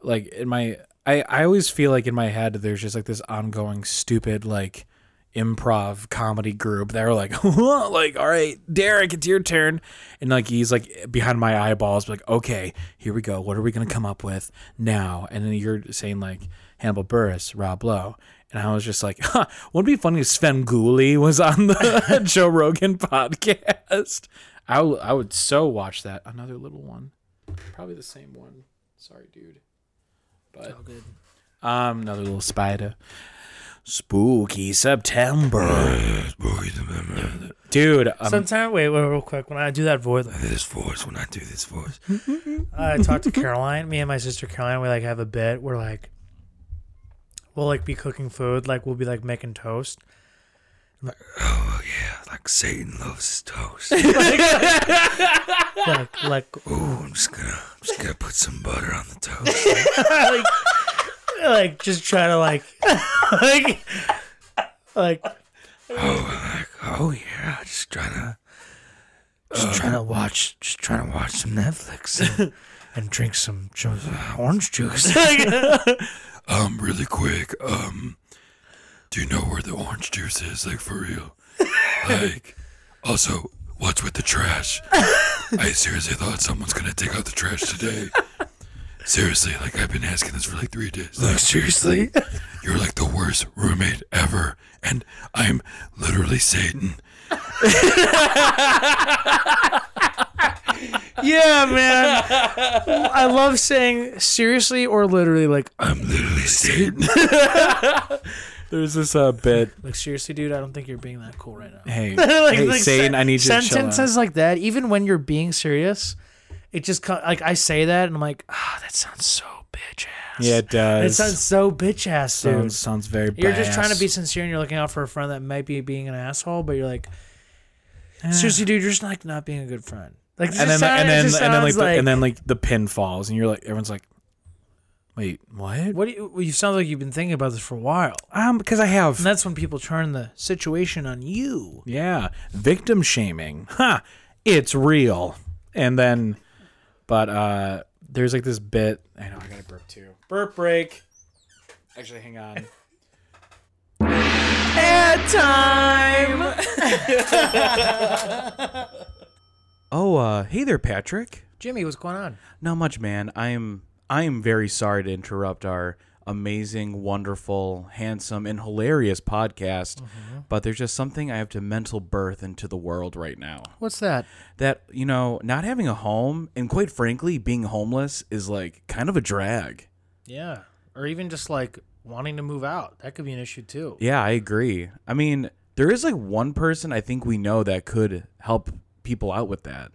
like in my I I always feel like in my head there's just like this ongoing stupid like improv comedy group they're like like all right derek it's your turn and like he's like behind my eyeballs like okay here we go what are we gonna come up with now and then you're saying like hannibal burris rob lowe and i was just like huh, wouldn't it be funny if sven Gulli was on the joe rogan podcast I w- I would so watch that another little one probably the same one sorry dude but good. um another little spider spooky september Spooky September. dude um, Sometimes, wait, wait, real quick. When I do that voice, like, This voice, when I do this voice, I talk to Caroline. Me and my sister Caroline, we like have a bit. We're like, we'll like be cooking food. Like we'll be like making toast. oh yeah, like Satan loves his toast. Like like Ooh, I'm just gonna, I'm just gonna put some butter on the toast. like, like just try to like like like Oh, like, oh yeah, just trying to, just trying to watch, just trying to watch some Netflix and, and drink some ju- orange juice. Um, really quick. Um, do you know where the orange juice is? Like for real. Like, also, what's with the trash? I seriously thought someone's gonna take out the trash today. Seriously, like I've been asking this for like three days. Like seriously, you're like the worst roommate ever, and I'm literally Satan. yeah, man. I love saying seriously or literally like I'm literally Satan. there's this uh bit like seriously, dude. I don't think you're being that cool right now. hey like, hey like, Satan, sen- i need you to chill out. sentences like that, even when you're being serious, it just co- like I say that and I'm like, ah, that sounds so bitch ass. yeah it does It sounds so bitch ass, dude. sounds, sounds very You're just trying to biased. be sincere and you're looking out for a friend that might be being an asshole, but you're like, seriously, dude, you're just like not being a good friend. Like, Eh. and then and then and then like, like, the, and then like the pin falls and you're like everyone's like wait what what do you? well, You sound like you've been thinking about this for a while, um because i have and that's when people turn the situation on you. yeah victim shaming huh it's real and then but uh there's like this bit i know i gotta burp too burp break actually hang on Oh, uh, hey there, Patrick. Jimmy, what's going on? Not much, man. I'm I am very sorry to interrupt our amazing, wonderful, handsome, and hilarious podcast, but there's just something I have to mental birth into the world right now. What's that? That you know, not having a home, and quite frankly, being homeless is like kind of a drag. Yeah, or even just like wanting to move out. That could be an issue too. Yeah, I agree. I mean, there is like one person I think we know that could help people out with that.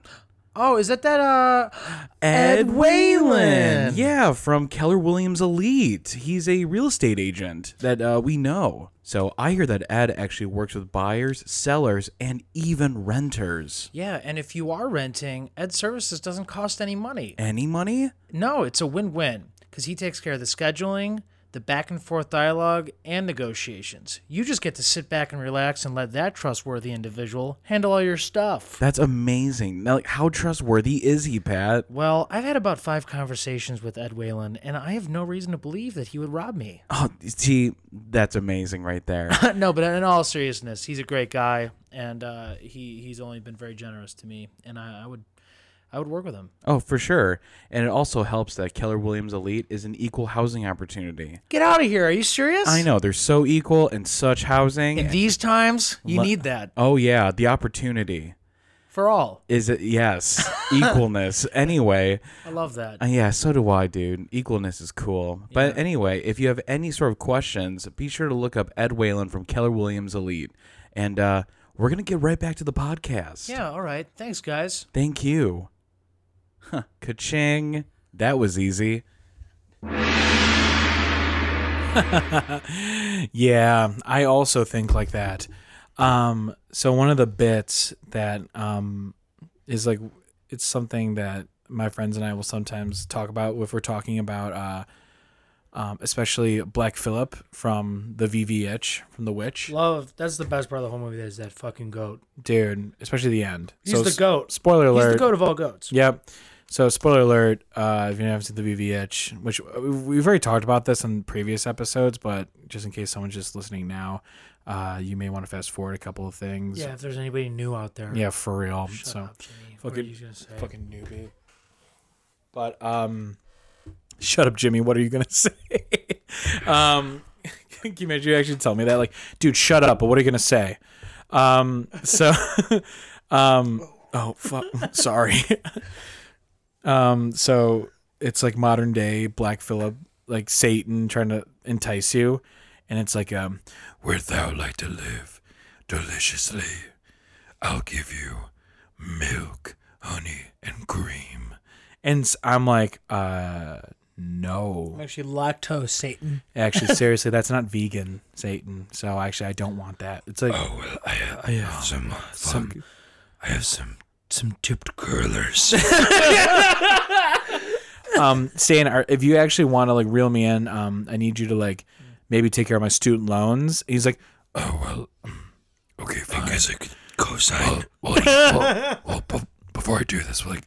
Oh, is that that? Uh, Ed Ed Whalen. Whalen. Yeah, from Keller Williams Elite. He's a real estate agent that uh, we know. So I hear that Ed actually works with buyers, sellers, and even renters. yeah. And if you are renting, Ed Services doesn't cost any money. Any money? No, it's a win-win because he takes care of the scheduling, the back and forth dialogue, and negotiations. You just get to sit back and relax and let that trustworthy individual handle all your stuff. That's amazing. Now, like, how trustworthy is he, Pat? Well, I've had about five conversations with Ed Whalen, and I have no reason to believe that he would rob me. Oh, see, that's amazing right there. no, but in all seriousness, he's a great guy, and uh, he he's only been very generous to me, and I, I would I would work with him. oh, for sure. And it also helps that Keller Williams Elite is an equal housing opportunity. Get out of here! Are you serious? I know, they're so equal and such housing. In these times, you Le- need that. oh, yeah, the opportunity. for all. Is it yes, equalness. Anyway, I love that. uh, yeah, so do I, dude. Equalness is cool. But anyway, if you have any sort of questions, be sure to look up Ed Whalen from Keller Williams Elite, and uh, we're gonna get right back to the podcast. yeah, all right. Thanks, guys. Thank you. Huh. Ka-ching. That was easy. Yeah, I also think like that. Um, so one of the bits that um, is like it's something that my friends and I will sometimes talk about if we're talking about, uh, um, especially Black Phillip from the VVH from The Witch, Love. That's the best part of the whole movie. That is that fucking goat. dude. Especially the end. He's the s- goat. Spoiler alert. He's the goat of all goats. Yep. So spoiler alert, uh, if you haven't seen the VVH, which uh, we've already talked about this in previous episodes, but just in case someone's just listening now, uh, you may want to fast forward a couple of things. Yeah, if there's anybody new out there. Yeah, for real. Shut so up, Jimmy. what fucking- are you gonna say? fucking newbie. But um, shut up, Jimmy. What are you gonna say? um, can you imagine you actually tell me that? Like, dude, shut up. But what are you gonna say? Um, so, um, oh fuck, sorry. um, so it's like modern day Black Phillip, like Satan trying to entice you, and it's like um, Where thou like to live deliciously, I'll give you milk, honey, and cream. and s- I'm like uh, no. I'm actually lactose Satan. Actually, seriously, that's not vegan, Satan. So actually, I don't want that. It's like Oh well, I have, I have some, uh, some- fuck, I have some some tipped curlers. um, Stan, are- if you actually want to like reel me in, um, I need you to like maybe take care of my student loans. He's like, oh well, um, okay, fine. I guess I could co-sign. Well, well, well, well, bef- before I do this, like,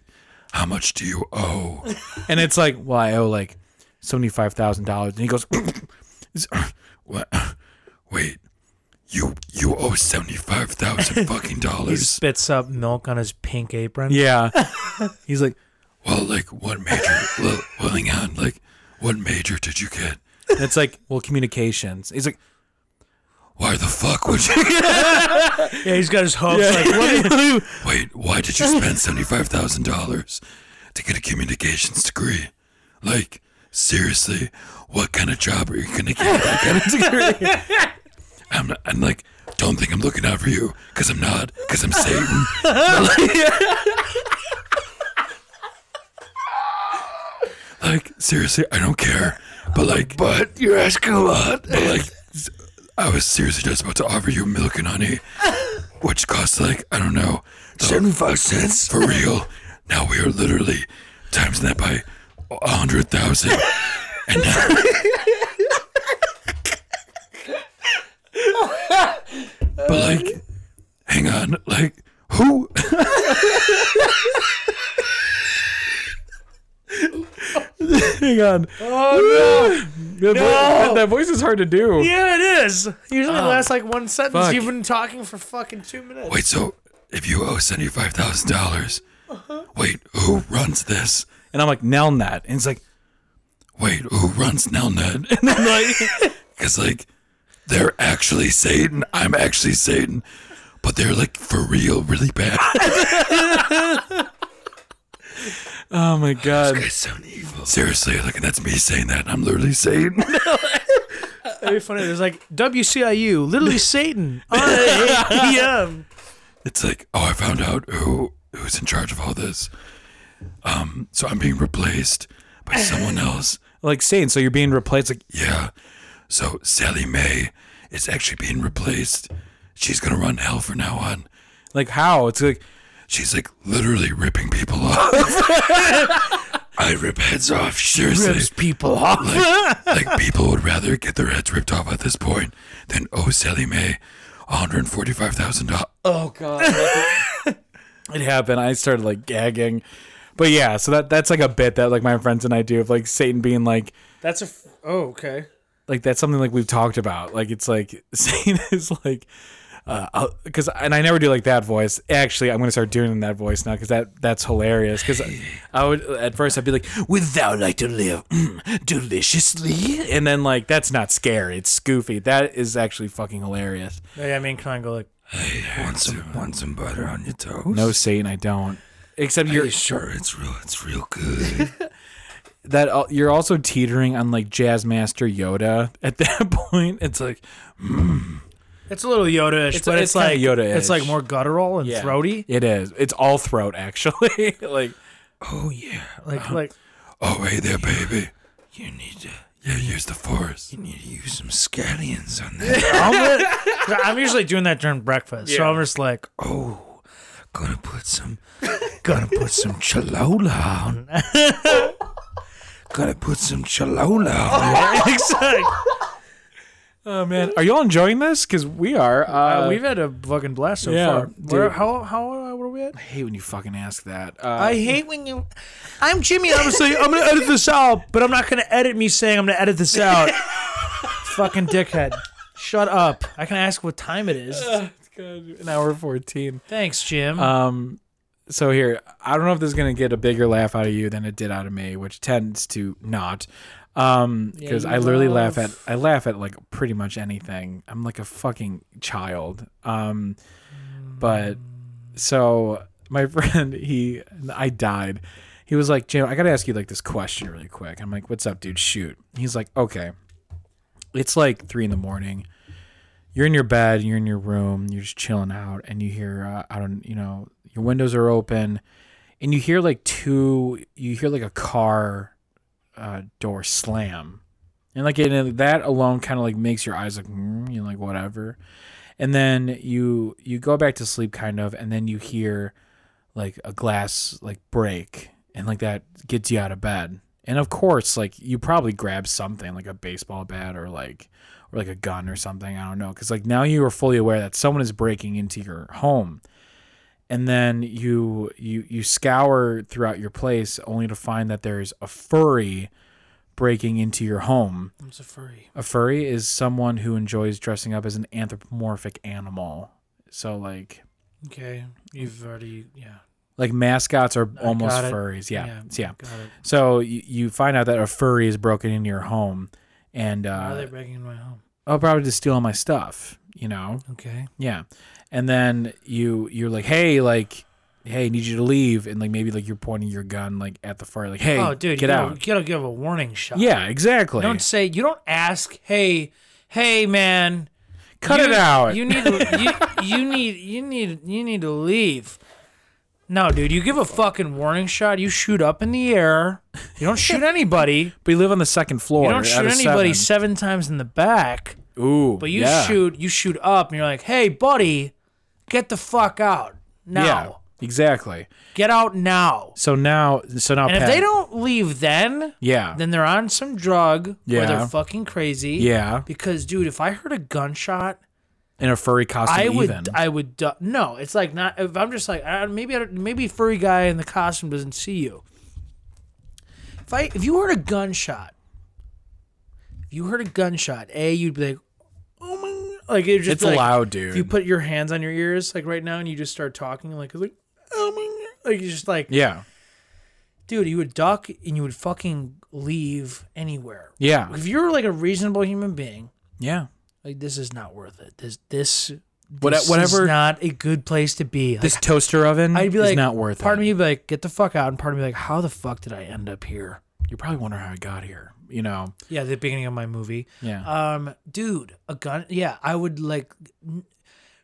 how much do you owe? and it's like, well, I owe like seventy five thousand dollars, and he goes, What? Wait, you you owe seventy five thousand fucking He dollars. spits up milk on his pink apron. yeah. He's like, Well, like what major? well, well, hang on. Like what major did you get? and it's like, well, communications. He's like, Why the fuck would you? Yeah, he's got his hopes. Like, Wait, why did you spend seventy five thousand dollars to get a communications degree? Like seriously, what kind of job are you gonna get? That kind of degree? I'm, not- I'm like, don't think I'm looking out for you, cause I'm not, cause I'm Satan. Like seriously, I don't care. But like, but you're asking a lot. But like, s- I was seriously just about to offer you milk and honey, which costs like I don't know seventy-five cents for real. Now we are literally times that by a hundred thousand, and now but like, hang on, like who? hang on. Oh no, That, voice is hard to do. Oh. yeah, it is. Usually it lasts like one sentence. fuck. You've been talking for fucking two minutes. Wait, so if you owe seventy-five thousand dollars, wait, who runs this? And I'm like, Nelnet, and he's like, wait, who runs Nelnet? And then like, because like, they're actually Satan. I'm actually Satan, but they're like for real, really bad. oh my god. It's so evil. Seriously, like, and that's me saying that. I'm literally Satan. That'd be funny. There's like WCIU, literally Satan on at 8 p.m. It's like, oh, I found out who who's in charge of all this. Um, so I'm being replaced by someone else. Like Satan, so you're being replaced. Like, Yeah. So Sally Mae is actually being replaced. She's gonna run hell from now on. like how? It's like, She's like literally ripping people off. I rip heads off, seriously. Rips people off. Like, like people would rather get their heads ripped off at this point than owe Sally Mae $145,000. it happened. I started like gagging. But yeah, so that that's like a bit that like my friends and I do of like Satan being like That's a. F- oh, okay. like that's something like we've talked about. Like it's like Satan is like uh because and I never do like that voice. Actually, I'm gonna start doing that voice now because that that's hilarious. Because I would at first I'd be like, "Would thou like to live mm, deliciously?" And then like that's not scary. It's goofy. That is actually fucking hilarious. Yeah, I mean, kind of go like. Want some, want some butter on your toast? No, Satan, I don't. Except Are you're you sure it's real? It's real good. that al- you're also teetering on like Jazz Master Yoda at that point. It's like It's a little Yoda-ish, It's- but it's it's, like kinda Yoda-ish. It's like more guttural and throaty. It is. It's all throat actually. like oh yeah. Like like Oh hey there, baby. You need to. Yeah, use the force. You need to use some scallions on that. omelet. I'm usually doing that during breakfast, so I'm just like, oh, gonna put some. Gonna put some chalola on. gonna put some chalola on. exactly. oh man, are y'all enjoying this? Because we are. Uh, Uh, we've had a fucking blast so yeah, far. Where, dude. how how uh, what are we at? I hate when you fucking ask that. Uh, I hate when you. I'm Jimmy. I'm saying I'm gonna edit this out, but I'm not gonna edit me saying I'm gonna edit this out. Fucking dickhead. Shut up. I can ask what time it is. an hour fourteen. Thanks, Jim. Um, so here, I don't know if this is gonna get a bigger laugh out of you than it did out of me, which tends to not. Um, because you I literally laugh at love- I laugh at like pretty much anything. I'm like a fucking child. Um, but so my friend, he I died. He was like, Jim, I gotta ask you like this question really quick. I'm like, what's up, dude? Shoot. He's like, okay. It's like three in the morning you're in your bed, you're in your room, you're just chilling out, and you hear, uh, I don't, you know, your windows are open, and you hear like two, you hear like a car uh, door slam, and like and that alone kind of like makes your eyes like, mm, you know, like whatever, and then you you go back to sleep kind of, and then you hear like a glass like break, and like that gets you out of bed, and of course like you probably grab something like a baseball bat or like or like a gun or something. I don't know. Cause like now you are fully aware that someone is breaking into your home. And then you you you scour throughout your place only to find that there's a furry breaking into your home. I'm so furry. A furry is someone who enjoys dressing up as an anthropomorphic animal. So like Okay, you've already yeah. like mascots are almost got it. furries. Yeah. Yeah. Got it. So you, you find out that a furry is broken into your home and Why are uh they breaking into my home? oh probably just stealing my stuff, you know. Okay. Yeah. And then you you're like, hey, like, hey, need you to leave, and like maybe like you're pointing your gun like at the fire, like, hey, oh, dude, get you out. Gotta, you gotta give a warning shot. yeah, exactly. Don't say. You don't ask. Hey, hey, man. Cut you- it out. You need. To, you, you need. You need. You need to leave. No, dude. You give a fucking warning shot. You shoot up in the air. You don't shoot anybody. we live on the second floor. You don't out shoot of anybody Seven. seven times in the back. Ooh, But you yeah. shoot. You shoot up, and you're like, "Hey, buddy, get the fuck out now. Yeah, exactly. Get out now." So now, so now, And if Pat- they don't leave, then yeah, then they're on some drug or Yeah. they're fucking crazy. yeah, Because dude, if I heard a gunshot, in a furry costume, I would even. I would du- no. It's like not if I'm just like uh, maybe I don't- maybe furry guy in the costume doesn't see you. If I if you heard a gunshot, if you heard a gunshot, a you'd be like, oh my, like it just it's be like, loud, dude. If you put your hands on your ears like right now and you just start talking like it's like oh my, like you just like yeah, dude, you would duck and you would fucking leave anywhere. yeah, If you're like a reasonable human being, yeah. like this is not worth it. This this What- this whatever- is not a good place to be. Like, This toaster oven I'd be is like, not worth part it. of me would be like, get the fuck out, and part of me would be like, how the fuck did I end up here? You're probably wondering how I got here. You know? Yeah, the beginning of my movie. Yeah. Um, dude, a gun. Yeah, I would like. n-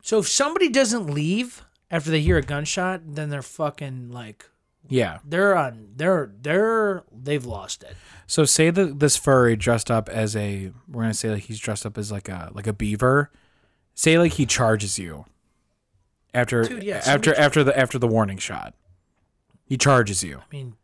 So if somebody doesn't leave after they hear a gunshot, then they're fucking like yeah. they're on they're they're they've lost it. So say that this furry dressed up as a we're gonna say like he's dressed up as like a like a beaver. Say like he charges you after Dude, yeah, after somebody- after the after the warning shot. He charges you. I mean,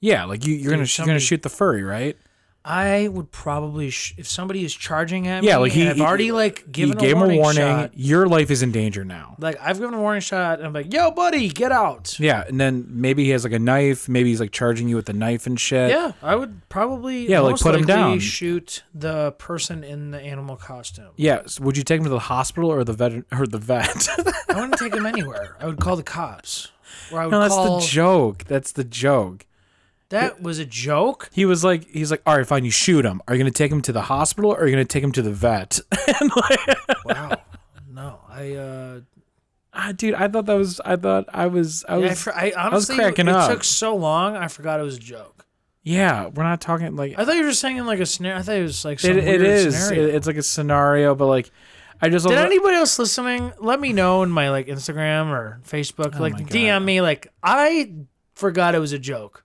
Yeah, like you, you're gonna sh- you're gonna somebody- shoot the furry, right? I would probably sh- if somebody is charging at Yeah, me like and he- I've he- already like given he gave a warning, him a warning. shot, Your life is in danger now. Like I've given a warning shot, and I'm like, "Yo, buddy, get out." Yeah, and then maybe he has like a knife. Maybe he's like charging you with a knife and shit. Yeah, I would probably Yeah, like, most put him likely down. Shoot the person in the animal costume. Yeah, so would you take him to the hospital or the vet or the vet? I wouldn't take him anywhere. I would call the cops. Or I would no, that's call. the joke. That's the joke. that was a joke. he was like he's like all right fine you shoot him are you gonna take him to the hospital or are you gonna take him to the vet Wow. No, I uh, Ah, dude, I thought that was. I thought I was. I yeah, I, was. for, I honestly cracking it up. took so long. I forgot it was a joke. yeah, we're not talking like I thought you were just saying like a snare. I thought it was like some it, it weird is. It, scenario. it's like a scenario, but like I just. Did anybody else listening? Let me know in my like Instagram or Facebook. like Oh my God. DM me. Like I forgot it was a joke.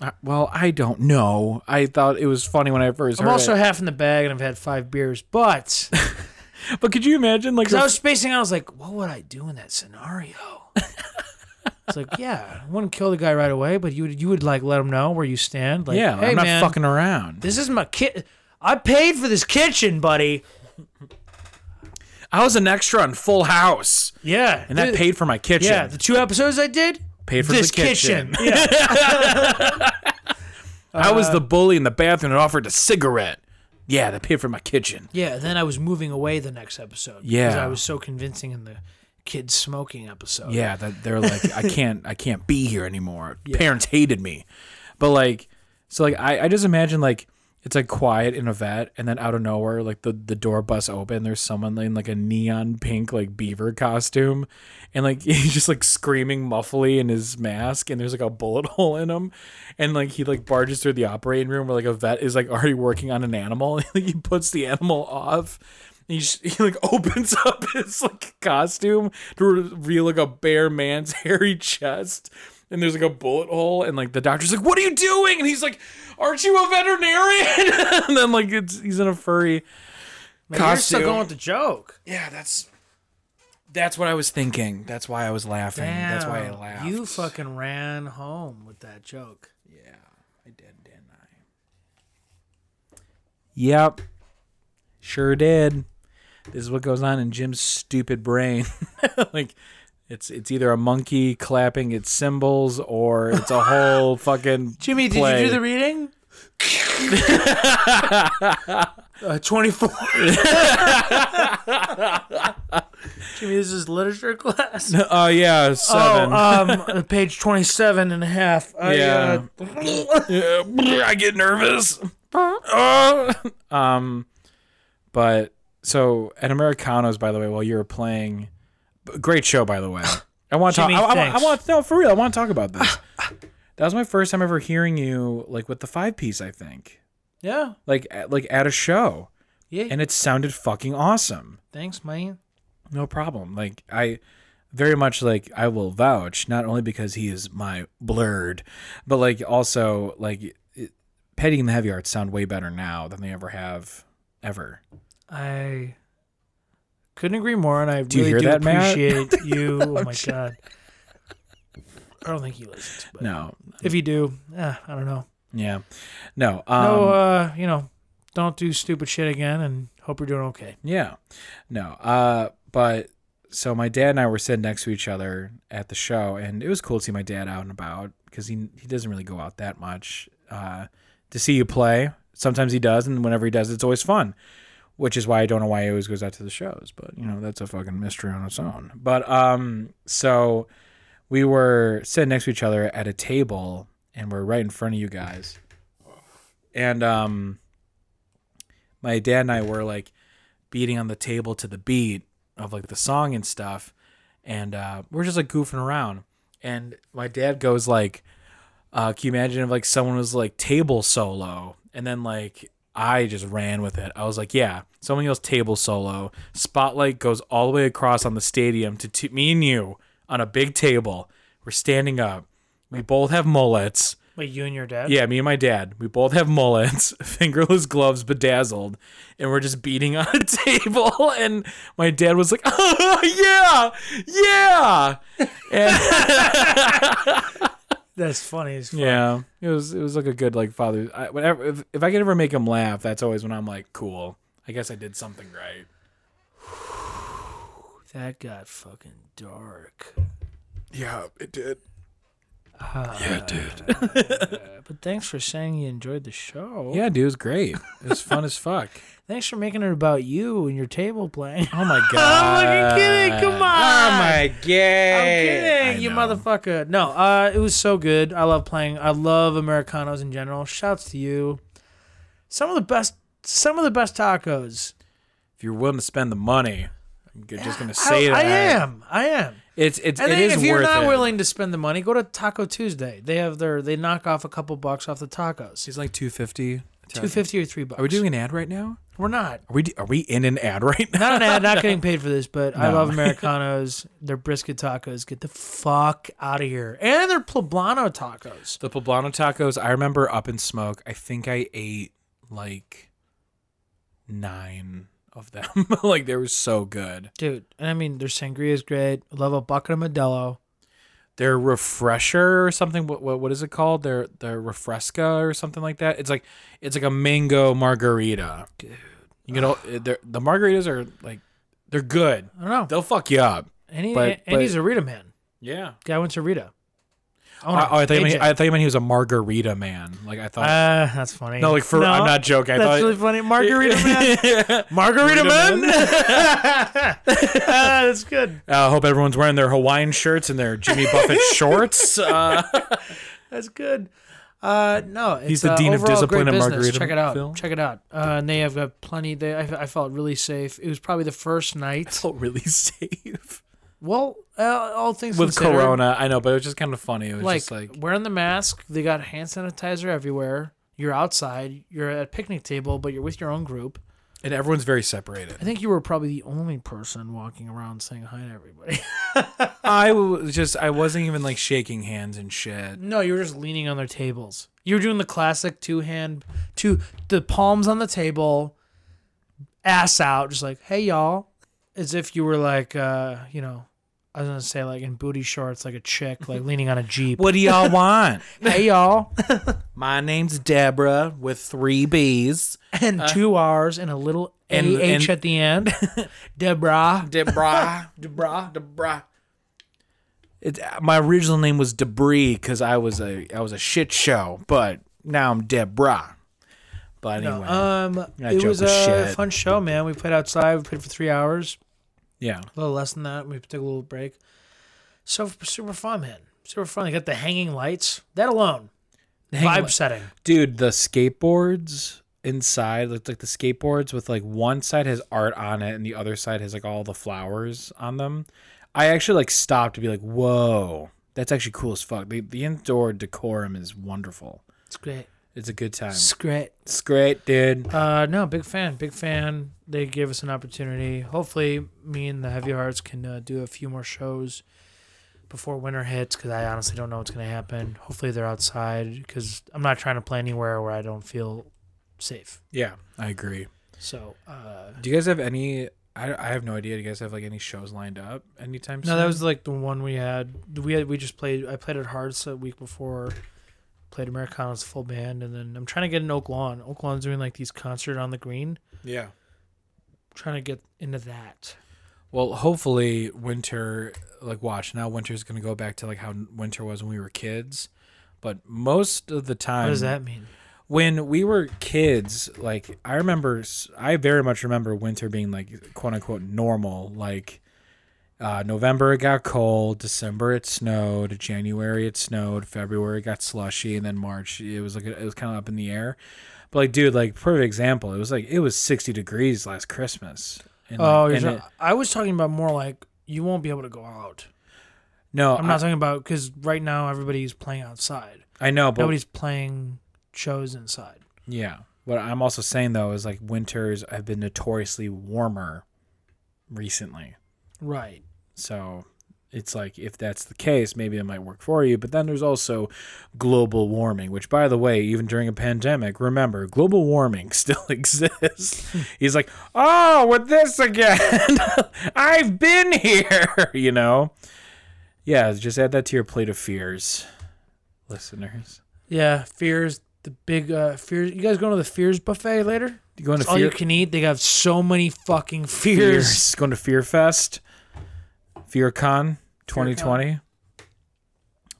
Uh, well, I don't know. I thought it was funny when I first I'm heard also it. half in the bag and I've had five beers, but But could you imagine like because I the- was spacing, out, I was like, what would I do in that scenario? it's like, yeah, I wouldn't kill the guy right away, but you would you would like let him know where you stand. Like, yeah, hey, I'm not man, fucking around. This is my kit. I paid for this kitchen, buddy. I was an extra on Full House, Yeah, and that Th- paid for my kitchen. Yeah, the two episodes I did paid for this the kitchen. kitchen. Yeah. I uh, was the bully in the bathroom and offered a cigarette. Yeah, that paid for my kitchen. Yeah, then I was moving away the next episode. Because Yeah. I was so convincing in the kids smoking episode. Yeah, that they're like, I can't, I can't be here anymore. Parents hated me, but like, so like, I, I just imagine like it's like quiet in a vet, and then out of nowhere, like the the door busts open. There's someone in like a neon pink like beaver costume, and like he's just like screaming muffly in his mask, and there's like a bullet hole in him, and like he like barges through the operating room where like a vet is like already working on an animal. and he puts the animal off. He, sh- he like opens up his like costume to reveal like a bare man's hairy chest, and there's like a bullet hole, and like the doctor's like, "What are you doing?" And he's like, "Aren't you a veterinarian?" and then like it's he's in a furry Man, you're costume. still going with the joke. yeah, that's that's what I was thinking. That's why I was laughing. that's why I Damn, laughed. You fucking ran home with that joke. I did, didn't I? Yep, sure did. This is what goes on in Jim's stupid brain. like, it's it's either a monkey clapping its cymbals or it's a whole fucking Jimmy, did play. you do the reading? uh, 24. Jimmy, this is literature class. Oh yeah, seven. Oh, um, page 27 and a half. I, yeah. uh, Yeah, I get nervous. Uh, um, but so at Americanos, by the way, while you were playing, great show, by the way. I want to talk. I, Jimmy, I, I, thanks. want no for real. I want to talk about this. that was my first time ever hearing you like with the five piece. I think yeah. like at, like at a show, Yeah. and it sounded fucking awesome. Thanks, man. No problem. Like I very much like I will vouch not only because he is my blurred, but like also like it, Petty and the Heavy Arts sound way better now than they ever have ever. I couldn't agree more, and I you really hear do that, Matt? appreciate you. Oh my god! I don't think he listens, but No. if you do, eh, I don't know. Yeah. No. Um no, uh, you know, don't do stupid shit again, and hope you're doing okay. yeah. No. Uh but so my dad and I were sitting next to each other at the show and it was cool to see my dad out and about cuz he he doesn't really go out that much uh to see you play. Sometimes he does and whenever he does it's always fun. which is why I don't know why he always goes out to the shows, but you know, that's a fucking mystery on its own. But um so we were sitting next to each other at a table and we're right in front of you guys. And um my dad and I were like beating on the table to the beat of like the song and stuff and uh we're just like goofing around and my dad goes like uh, can you imagine if like someone was like table solo and then like I just ran with it. I was like, yeah, someone yells table solo. Spotlight goes all the way across on the stadium to t- me and you on a big table. We're standing up. We both have mullets. Wait, you and your dad? Yeah, me and my dad. We both have mullets, fingerless gloves, bedazzled, and we're just beating on a table. And my dad was like, yeah, yeah. that's funny. As fuck. Yeah, it was it was like a good like father. I, whenever if, if I could ever make him laugh, that's always when I'm like, cool. I guess I did something right. That got fucking dark. Yeah, it did. But thanks for saying you enjoyed the show. Yeah, dude, it was great. It was fun as fuck. Thanks for making it about you and your table playing. Oh my god. I'm fucking kidding. Oh Come on. my god. I'm kidding, you motherfucker. No, uh, it was so good. I love playing. I love Americanos in general. Shouts to you. Some of the best, some of the best tacos. If you're willing to spend the money, You're just gonna say I, that. I am. I am. It's it's And it then is if you're worth not it. willing to spend the money, go to Taco Tuesday. They have their they knock off a couple bucks off the tacos. It's like two fifty. Two fifty or three bucks. Are we doing an ad right now? We're not. Are we are we in an ad right now? Not an ad, not getting paid for this, but I No. love Americanos. Their brisket tacos. Get the fuck out of here. And their poblano tacos. The poblano tacos. I remember up in smoke. I think I ate like nine of them. like they were so good. Dude, and I mean their sangria is great. Love a bucket of Modelo. Their refresher or something. What what, what is it called? Their their refresca or something like that. It's like it's like a mango margarita. Dude, you get all eh, they're- the margaritas are like they're good. I don't know. They'll fuck you up. Any, But- and he's a Rita man. Yeah. Guy went to Rita. Oh, Oh, I, thought you meant, AJ. I thought you meant he was a margarita man. Like I thought. Ah, that's funny. no, like for I'm not joking. I That's thought really funny. Margarita man. Margarita man. Ah, that's good. I Uh, hope everyone's wearing their Hawaiian shirts and their Jimmy Buffett shorts. Uh, That's good. Uh, no, it's, He's the uh, dean of overall discipline great at business. Margarita Check it out. Phil. Check it out. Uh, and they have got plenty. They, I, I felt really safe. It was probably the first night. felt really safe Well, uh, all things with considered, Corona. I know, but it was just kind of funny. It was like, just like wearing the mask. They got hand sanitizer everywhere. You're outside. You're at a picnic table, but you're with your own group. and everyone's very I separated. think you were probably the only person walking around saying hi to everybody. I was just I wasn't even like shaking hands and shit. No, you were just leaning on their tables. You were doing the classic two hand, two the palms on the table, ass out, just like hey y'all, as if you were like uh, you know, I was gonna say like in booty shorts, like a chick, like leaning on a jeep. What do y'all want? hey y'all, My name's Deborah with three B's. and two R's and a little Uh. and- and, ah and- at the end. Deborah, Debra. Debra. Debra. It, my original name was Debris because I was a I was a shit show, but now I'm Debra. But anyway, um, That it joke was was a shit. fun show, man. We played outside. We played for three hours. yeah, a little less than that. We took a little break. So super fun, man. Super fun. They got the hanging lights. That alone, vibe setting. dude, the skateboards inside looked like the skateboards with like one side has art on it and the other side has like all the flowers on them. I actually like stopped to be like, whoa, that's actually cool as fuck. The, the indoor decorum is wonderful. It's great. It's a good time. It's great. It's great, dude. Uh, no, big fan. Big fan. They gave us an opportunity. Hopefully, me and the Heavy Hearts can uh, do a few more shows before winter hits because I honestly don't know what's going to happen. Hopefully, they're outside because I'm not trying to play anywhere where I don't feel safe. Yeah, I agree. So, uh, Do you guys have any? I, I have no idea. Do you guys have like any shows lined up anytime soon? No, that was like the one we had. We had we just played. I played at Hearts the week before. Played Americana's full band, and then I'm trying to get in Oak Lawn. Oak Lawn's doing like these concert on the green. yeah. trying to get into that. Well, hopefully winter. Like, watch now. Winter's gonna go back to like how winter was when we were kids. But most of the time, What does that mean? when we were kids, like I remember, I very much remember winter being like quote unquote normal. Like uh, November it got cold, December it snowed, January it snowed, February it got slushy, and then March it was like it was kind of up in the air. But like, dude, like perfect example, it was like it was sixty degrees last Christmas. And, like, oh, you're and trying- it- I was talking about more like you won't be able to go out. no, I'm not talking about because right now everybody's playing outside. I, I know, but Nobody's playing shows inside. Yeah. What I'm also saying though is like winters have been notoriously warmer recently. Right. So it's like if that's the case, maybe it might work for you. But then there's also global warming, which by the way, even during a pandemic, remember global warming still exists. He's like, oh, with this again, I've been here. You know, yeah. Just add that to your plate of fears, listeners. Yeah. Fears. The big uh, fears. You guys going to the fears buffet later? You going to It's all you can eat. They have so many fucking fears. Fears. Going to Fear Fest, FearCon 2020.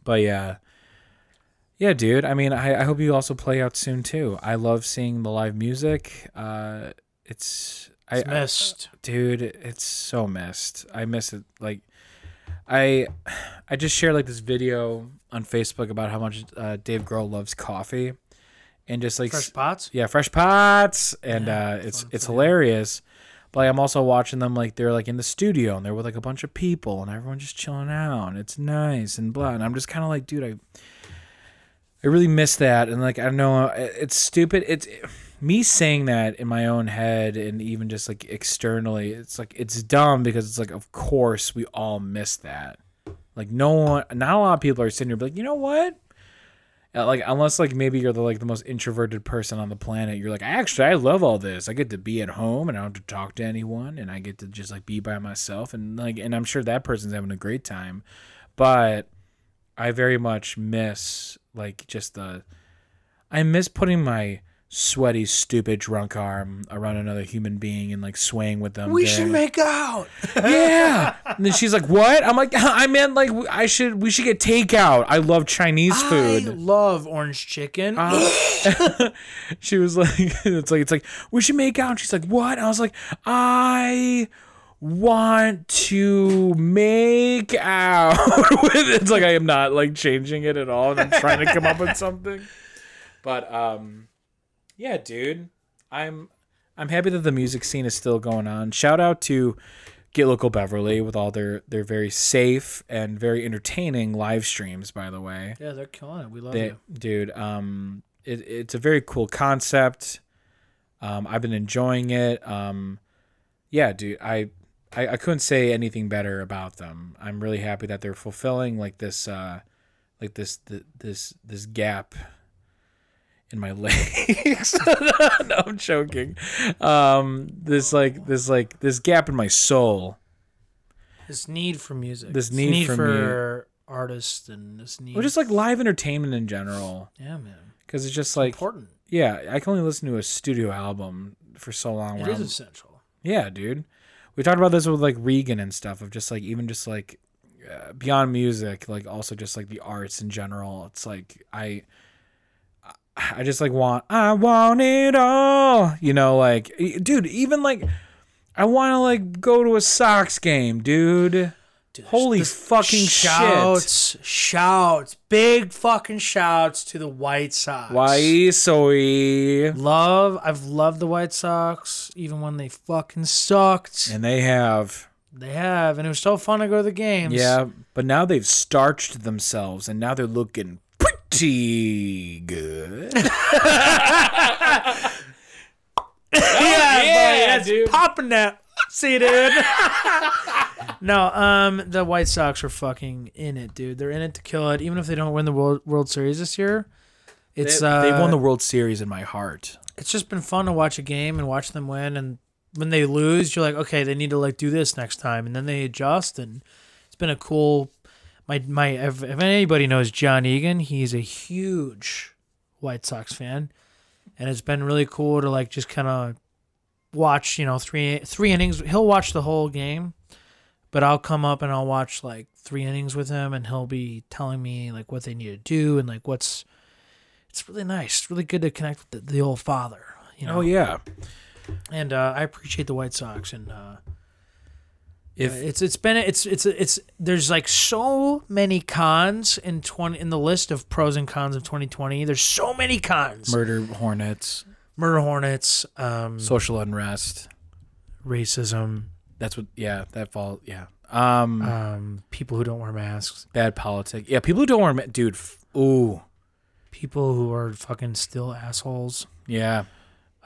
But yeah. Yeah, dude. I mean, I, I hope you also play out soon too. I love seeing the live music. Uh, it's, I, It's missed. I- dude, it's so missed. I miss it. Like, I, I just shared like this video on Facebook about how much uh, Dave Grohl loves coffee, and just like s- Fresh pots. yeah, fresh pots, and uh, it's it's hilarious. But like, I'm also watching them like they're like in the studio and they're with like a bunch of people and everyone's just chilling out and it's nice and blah. And I'm just kind of like, dude, I I really miss that. And like I know uh, it's stupid. It's me saying that in my own head and even just like externally. It's like it's dumb because it's like of course we all miss that. Like no one, not a lot of people are sitting here be like, you know what? Uh, like unless like maybe you're the like the most introverted person on the planet you're like actually i love all this i get to be at home and i don't have to talk to anyone and i get to just like be by myself and like and i'm sure that person's having a great time but i very much miss like just the i miss putting my sweaty stupid drunk arm around another human being and like swaying with them We during, should like, make out. yeah. And then she's like, "What?" I'm like, "I meant like I should we should get takeout. I love Chinese I food." love orange chicken. she was like, "It's like it's like we should make out." And she's like, "What?" I was like, "I want to make out." with it's like I am not like changing it at all, and I'm trying to come up with something. But um, yeah, dude, I'm I'm happy that the music scene is still going on. Shout out to Get Local Beverly with all their their very safe and very entertaining live streams. By the way, yeah, they're killing it. We love they, you. dude, um, it, it's a very cool concept. Um, I've been enjoying it. Um, yeah, dude, I, I I couldn't say anything better about them. I'm really happy that they're fulfilling like this, uh, like this th- this this gap in my legs. no, I'm joking. Um, this like this like this gap in my soul. This need for music. This need for artists and this need. Or just like live entertainment in general, yeah, man, because it's just like important. Yeah, I can only listen to a studio album for so long. It where is I'm- essential. yeah, dude. We talked about this with like Regan and stuff of just like even just like uh, beyond music, like also just like the arts in general. It's like I, I just like want I want it all. You know, like e- dude, even like I want to like go to a Sox game, dude. Dude, there's- Holy there's fucking shit! shouts, shouts, big fucking shouts to the White Sox. Why soy? Love, I've loved the White Sox even when they fucking sucked. And they have they have, and it was so fun to go to the games. Yeah, but now they've starched themselves and now they're looking pretty good. yeah, yeah, buddy, that's dude. popping that. See, dude. no, um, the White Sox are fucking in it, dude. They're in it to kill it, even if they don't win the World World Series this year. It's they, uh, they won the World Series in my heart. It's just been fun to watch a game and watch them win, and when they lose, you're like, okay, they need to like do this next time, and then they adjust, and it's been a cool. My my, if, if anybody knows John Egan, he's a huge White Sox fan, and it's been really cool to like just kind of watch, you know, three three innings. He'll watch the whole game, but I'll come up and I'll watch like three innings with him, and he'll be telling me like what they need to do and like what's. It's really nice. It's really good to connect with the, the old father. You know, Oh yeah. and uh, I appreciate the White Sox, and uh, If it's it's been it's it's it's there's like so many cons in twenty in the list of pros and cons of 2020. There's so many cons: murder hornets, murder hornets, um, social unrest. racism, That's what yeah, that fall yeah. Um um, people who don't wear masks, bad politics. Yeah, people who don't wear ma- dude, f- ooh. people who are fucking still assholes. Yeah.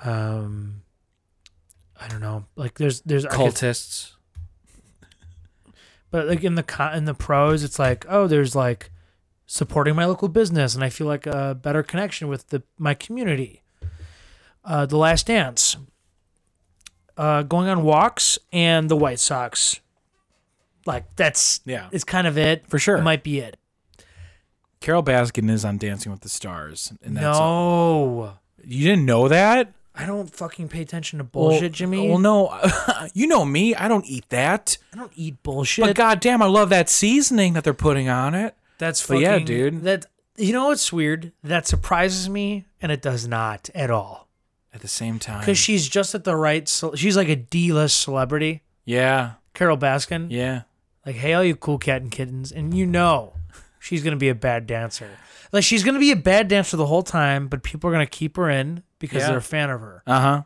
Um, I don't know. Like there's there's I could- Cultists. but like in the con- in the pros it's like oh there's like supporting my local business and i feel like a better connection with the my community uh, the last dance uh, going on walks and the white sox like that's Yeah. it's kind of it For sure. it might be it Carol Baskin is on Dancing with the Stars and that's no You didn't know that? I i don't fucking pay attention to bullshit well, jimmy Well, no. you know me. I don't eat that. i don't eat bullshit But goddamn, I love that seasoning that they're putting on it. That's But fucking, yeah, dude. That you know what's weird? That surprises me, and it does not at all. At the same time, Because she's just at the right. ce- She's like a D-list celebrity, yeah, Carol Baskin. yeah, Like, hey, all you cool cat and kittens, and you know, she's gonna be a bad dancer. Like, she's gonna be a bad dancer the whole time, but people are gonna keep her in because Yeah. they're a fan of her, uh huh.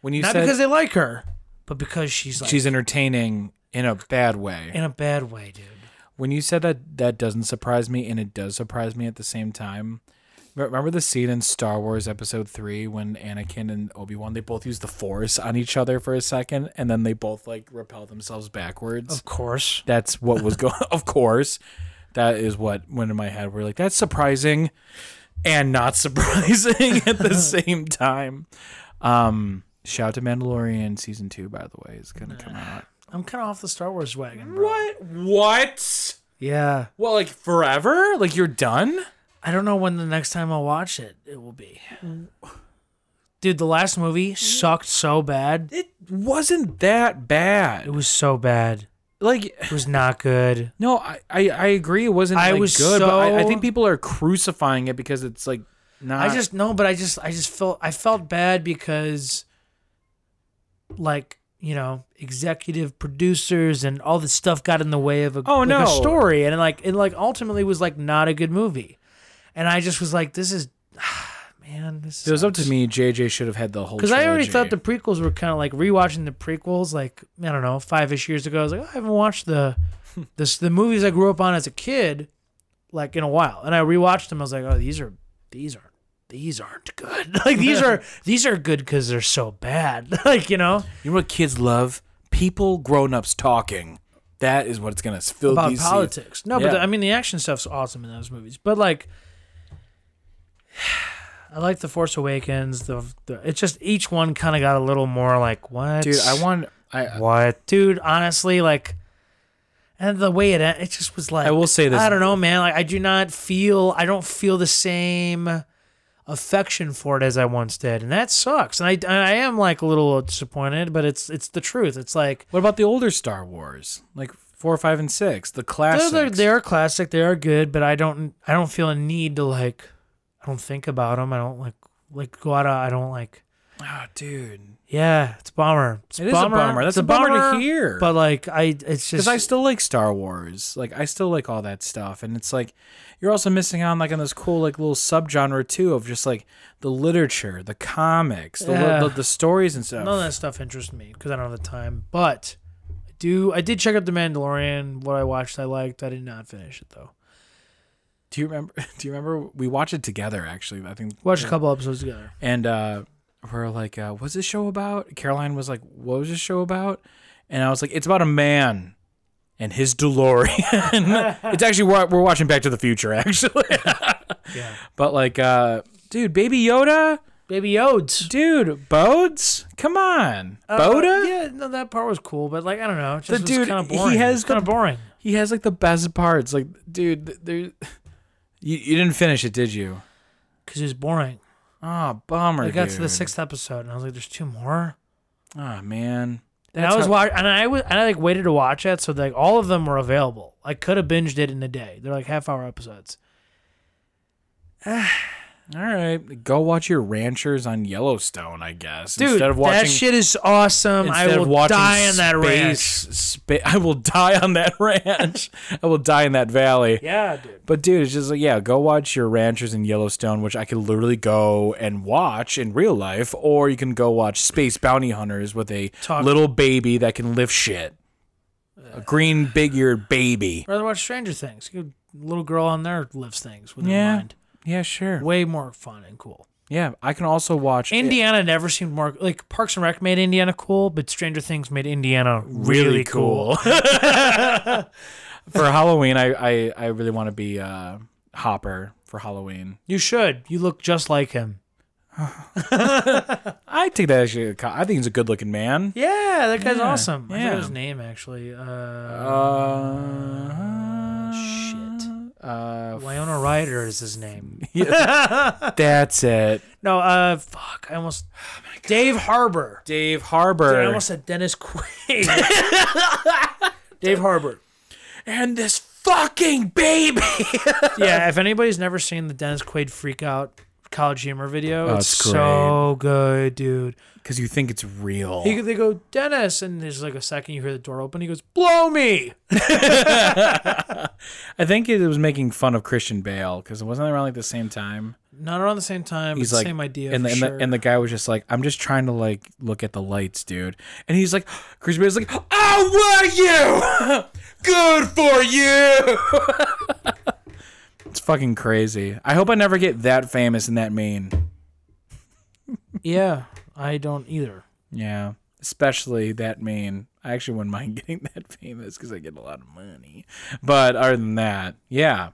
When you not said because they like her. but because she's like She's entertaining in a bad way. in a bad way, dude. When you said that, that doesn't surprise me, and it does surprise me at the same time. Re- Remember the scene in Star Wars Episode Three when Anakin and Obi Wan they both use the Force on each other for a second, and then they both like repel themselves backwards. Of course. That's what was going. of course, that is what went in my head. We're like, that's surprising and not surprising at the same time. Um, shout to Mandalorian season two, by the way, is gonna come out. I'm kind of off the Star Wars wagon, bro. What? What? Yeah. Well, like forever? Like you're done? I don't know when the next time I'll watch it it will be. Dude, the last movie sucked so bad. It wasn't that It bad. was so bad. Like, It was not good. no, I I, I agree. It wasn't. I like, was good, but I, I so- think people are crucifying it because it's like not. I just no, but I just I just felt I felt bad because like you know executive producers and all this stuff got in the way of a, Oh, like, a no. story and like it like ultimately was like not a good movie, and I just was like this is man this If it was up to me. JJ should have had the whole. because I already trilogy. thought the prequels were kind of like rewatching the prequels like I don't know five ish years ago I was like oh, I haven't watched the this the movies I grew up on as a kid like in a while and I rewatched them I was like oh these are these are these aren't good like these are these are good because they're so bad like you know You know what kids love? People, grown ups talking. That is what it's gonna fill about these. politics no but Yeah. the- I mean the action stuff's awesome in those movies but like I like the Force Awakens the, the it's just each one kind of got a little more like what Dude, I want. I What, dude? Honestly, like, and the way it en- it just was like I will say this. I don't know, man. Like, I do not feel I don't feel the same affection for it as I once did, and that sucks. And I and I am like a little disappointed, but it's it's the truth. It's like What about the older Star Wars? Like four, five, and six, the they're, classics. they're, they're classic, they are good, but I don't I don't feel a need to like I don't think about them. I don't like like go out. of- I don't like. Ah, dude, Yeah, it's a bummer. It's It is a bummer. That's It's a bummer to hear. But like, I it's because just I still like Star Wars. Like I still like all that stuff, and it's like you're also missing out like on this cool like little subgenre too of just like the literature, the comics, the Yeah. the, the stories and stuff. None of that stuff interests me because I don't have the time. But I do. I did check out The Mandalorian. What I watched, I liked. I did not finish it though. do you remember? Do you remember? We watched it together actually. I think Watched a couple episodes together. and uh we're like uh what's this show about caroline was like what was this show about and i was like it's about a man and his delorean it's actually we're, we're watching back to the future actually Yeah. but like uh dude baby yoda Baby Yodes. dude bodes come on boda Uh, Yeah, no, that part was cool, but like I don't know, it just The was dude, kind of he boring. has kind of the- boring. he has like the best parts like dude th- there you, you didn't finish it did you Because it was boring. oh bummer I got to the dude. sixth episode and I was like, "There's two more." oh man And I was wa and I was, and I like waited to watch it, so like all of them were available. I could have binged it in a day. They're like half hour episodes. all right go watch your ranchers on yellowstone i guess Dude, instead of watching that shit is awesome. I Instead of will watching die in that ranch. space- spa- I will die on that ranch. I will die in that valley. Yeah, dude. But dude, it's just like yeah, go watch your ranchers in Yellowstone, which I could literally go and watch in real life, or you can go watch Space Bounty Hunters with a Talk- little baby that can lift shit, a green big-eared baby. rather watch Stranger Things. You- little girl on there lifts things with her Yeah, mind. yeah, sure. Way more fun and cool. Yeah, I can also watch Indiana never seemed more like Parks and Rec made Indiana cool, but Stranger Things made Indiana really, cool. for Halloween. I I, I really want to be uh, Hopper for Halloween. You should. You look just like him. I take that actually. I think he's a good-looking man. Yeah, that guy's Yeah, awesome. I yeah. forgot his name actually. Uh, Uh, shit. Uh, Wyona Ryder is his name. that's it. No, uh, fuck. I almost. Oh Dave Harbor. Dave Dude, Harbor. I almost said Dennis Quaid. Dave Harbor. and this fucking baby. yeah, if anybody's never seen the Dennis Quaid freak out college humor video, Oh, it's, it's so good, dude. Because you think it's real. He, they go, Dennis, and there's like a second you hear the door open. He goes, blow me. I think it was making fun of Christian Bale because it wasn't around like the same time. Not around the same time. He's but like same idea. and for the, and, sure. the, and the guy was just like, "I'm just trying to like look at the lights, dude." And he's like, Chris Bale's like, "Oh, were you? Good for you." it's fucking crazy. I hope I never get that famous and that mean. yeah, I don't either. Yeah, especially that mean. I actually wouldn't mind getting that famous because I get a lot of money. But other than that, yeah.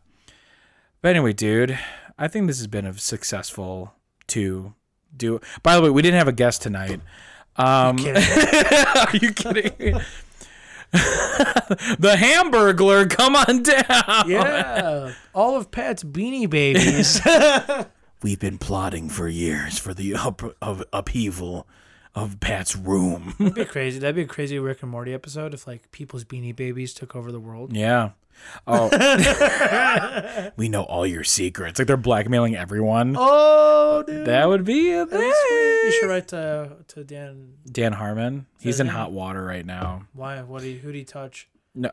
But anyway, dude, I think this has been a successful to do. By the way, we didn't have a guest tonight. Um, are you kidding? the Hamburglar, come on down. Yeah, all of Pat's beanie babies. We've been plotting for years for the up- of upheaval of Pat's room. That'd be crazy. That'd be a crazy Rick and Morty episode if like people's beanie babies took over the world. Yeah. Oh, we know all your secrets. it's like they're blackmailing everyone. Oh, dude. That would be a That's sweet. You thing. should write to to Dan. Dan Harmon. He's that in him? hot water right now. Why? What do you, who do you touch? No.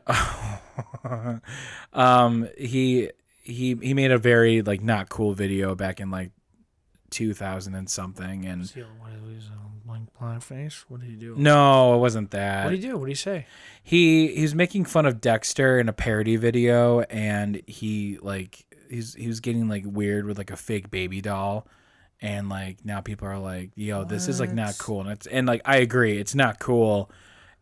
um he he he made a very like not cool video back in like 2000 and something and Seal. What do you lose a blank blind face? What do you do? no, it wasn't What that. do you do? What do you say? he he was making fun of Dexter in a parody video and he like he's he was getting like weird with like a fake baby doll and like now people are like yo this is like not cool and it's and like I agree it's not cool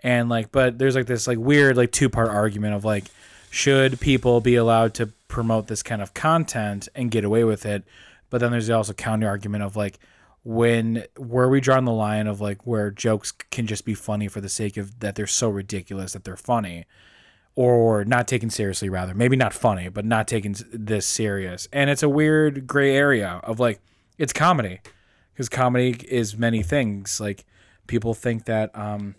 and like but there's like this like weird like two part argument of like should people be allowed to promote this kind of content and get away with it but then there's also counter argument of like when where we draw the line of like where jokes can just be funny for the sake of that they're so ridiculous that they're funny or not taken seriously rather maybe not funny but not taken s- this serious and it's a weird gray area of like it's comedy because comedy is many things like people think that um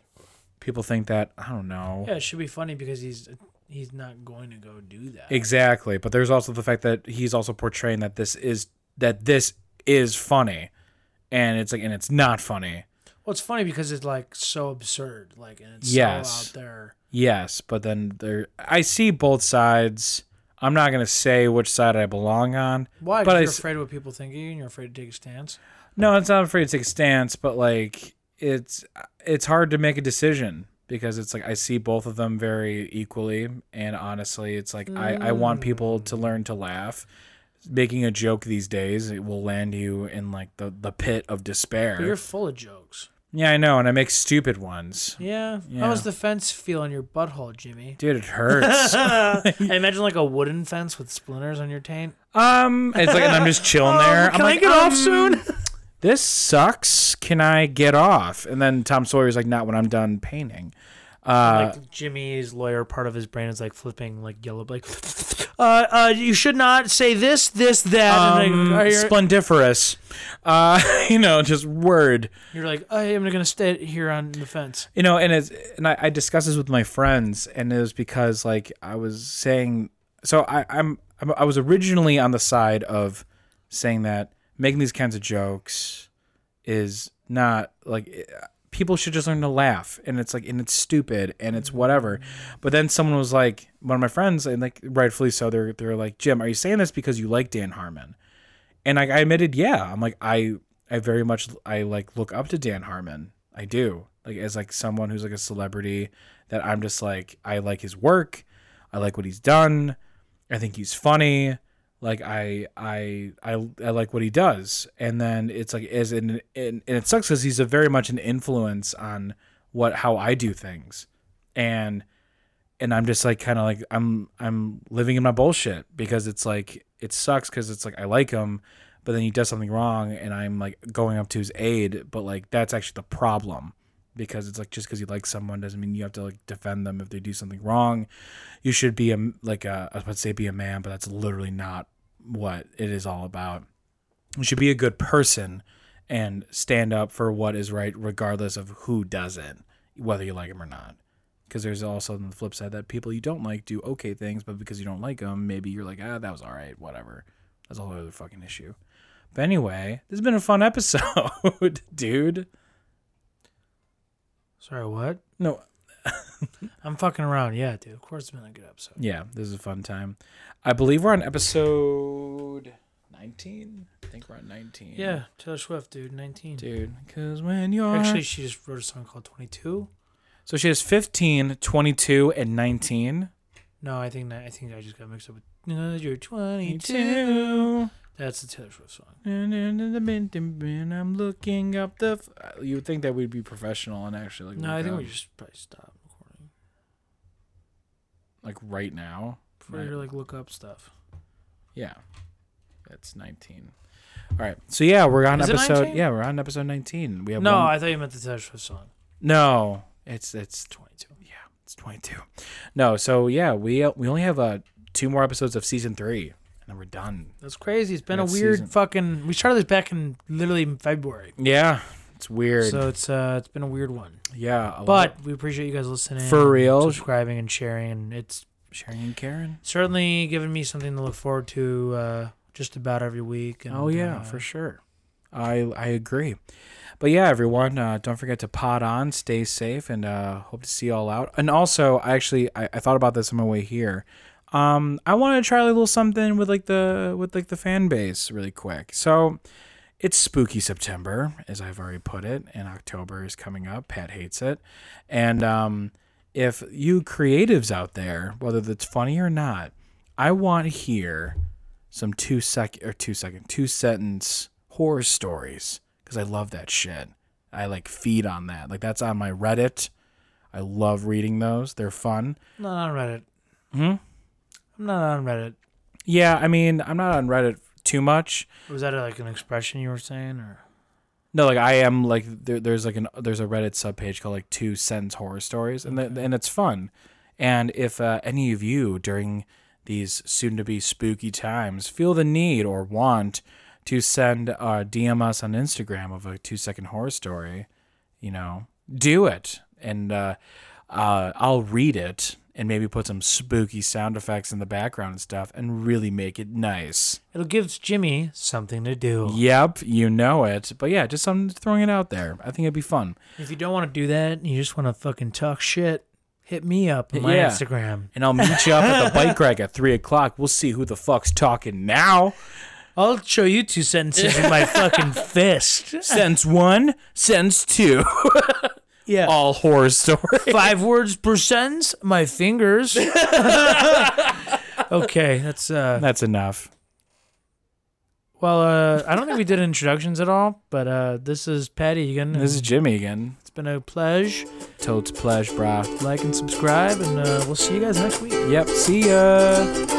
people think that i don't know Yeah, it should be funny because he's he's not going to go do that. Exactly, but there's also the fact that he's also portraying that this is that this is funny, and it's like and it's not funny. Well, it's funny because it's like so absurd, like and it's Yes. so out there. Yes, but then there I see both sides. I'm not gonna say which side I belong on. Why? But Because I you're s- afraid of what people think of you, and you're afraid to take a stance. No, it's not afraid to take a stance, but like it's it's hard to make a decision because it's like I see both of them very equally, and honestly, it's like I I want Mm. people to learn to laugh. Making a joke these days it will land you in like the the pit of But you're despair. full of jokes. Yeah, I know, and I make stupid ones. Yeah. Yeah. How does the fence feel on your butthole, Jimmy? Dude, it hurts. I imagine like a wooden fence with splinters on your taint. um, it's like, and I'm just chilling there. I'm Oh, Can I like, get off um, soon? this sucks. Can I get off? And then Tom Sawyer's like, not when I'm done painting. Uh, like Jimmy's lawyer part of his brain is like flipping like yellow, like, uh, uh, you should not say this, this, that. and um, like, are you- splendiferous. Uh, you know, just word. you're like, I am gonna stay here on the fence. You know, and it's and I, I discussed this with my friends, and it was because like I was saying, so I, I'm, I'm I was originally on the side of saying that making these kinds of jokes is not like it- people should just learn to laugh, and it's like and it's stupid and it's whatever. But then someone was like, one of my friends, and like rightfully so, they're they're like, Jim, are you saying this because you like Dan Harmon? and I, I admitted, yeah, I'm like I I very much I like look up to Dan Harmon. I do like as like someone who's like a celebrity that I'm just like I like his work. I like what he's done. I think he's funny. Like I I I, I like what he does. And then it's like as in and, and it sucks because he's a very much an influence on what how I do things. And and I'm just like kind of like I'm I'm living in my bullshit because it's like it sucks because it's like I like him, but then he does something wrong and I'm like going up to his aid, but like that's actually the problem because it's like just because you like someone doesn't mean you have to like defend them if they do something wrong. You should be a like a I was about to say be a man, but that's literally not what it is all about. You should be a good person and stand up for what is right regardless of who does it, whether you like him or not because there's also on the flip side that people you don't like do okay things, but because you don't like them, maybe you're like, ah, that was all right, whatever. That's a whole other fucking issue. But anyway, this has been a fun episode, dude. Sorry, what? No, I'm fucking around. Yeah, dude. Of course, it's been a good episode. yeah, this is a fun time. I believe we're on episode 19. think we're on 19. Yeah, Taylor Swift, dude, 19. Dude, because when you're. Actually, she just wrote a song called 22. so she has 15, 22, and 19. No, I think that, I think I just got mixed up with. No, you're 22. 22. That's the Taylor Swift song. I'm looking up the. F- you would think that we'd be professional and actually like. No, I look think up, we should probably stop recording like right now. before you like look up stuff. Yeah, that's 19. All right, so yeah, we're on Is it episode. 19? Yeah, we're on episode 19. We have No, one- I thought you meant the Taylor Swift song. no. It's it's 22. yeah, it's 22. No, so yeah, we we only have uh two more episodes of season three, and then we're done. That's crazy. It's been Yeah, a it's weird season. fucking. We started this back in literally in February, Yeah, it's weird. so it's uh it's been a weird one. yeah, a lot But we appreciate you guys listening, For and real. subscribing and sharing, and it's of sharing and Karen. certainly given me something to look forward to uh, just about every week. And, Oh yeah, uh, for sure. I I agree. But yeah, everyone, uh, don't forget to pod on, stay safe, and uh, hope to see you all out. And also, I actually I, I thought about this on my way here. Um, I want to try a little something with like the with like the fan base really quick. So it's spooky September, as I've already put it, and October is coming up. Pat hates it, and um, if you creatives out there, whether that's funny or not, I want to hear some two second or two second two sentence horror stories because I love that shit. I like feed on that. Like that's on my Reddit. I love reading those. They're fun. I'm not on Reddit. Hmm? I'm not on Reddit. Yeah, I mean, I'm not on Reddit too much. Was that like an expression you were saying, or No, like I am like there, there's like an there's a Reddit subpage called like two sentence horror stories, and that and it's fun. And if uh, any of you during these soon to be spooky times feel the need or want to send uh, DM us on Instagram of a two second horror story, you know, do it, and uh, uh, I'll read it and maybe put some spooky sound effects in the background and stuff, and really make it nice. it'll give Jimmy something to do? Yep, you know it. But yeah, just I'm throwing it out there. I think it'd be fun. If you don't want to do that, and you just want to fucking talk shit. Hit me up on my Yeah. Instagram. And I'll meet you up at the bike rack at three o'clock. We'll see who the fuck's talking now. I'll show you two sentences with my fucking fist. Sentence one, sentence two. Yeah. All horror story. Five words per sentence, my fingers. okay, that's uh That's enough. well uh I don't think we did introductions at all, but uh this is Pat Egan. This is Jimmy again. it's been a pleasure. Totes pleasure, brah. Like and subscribe and uh, we'll see you guys next week. Yep. See ya.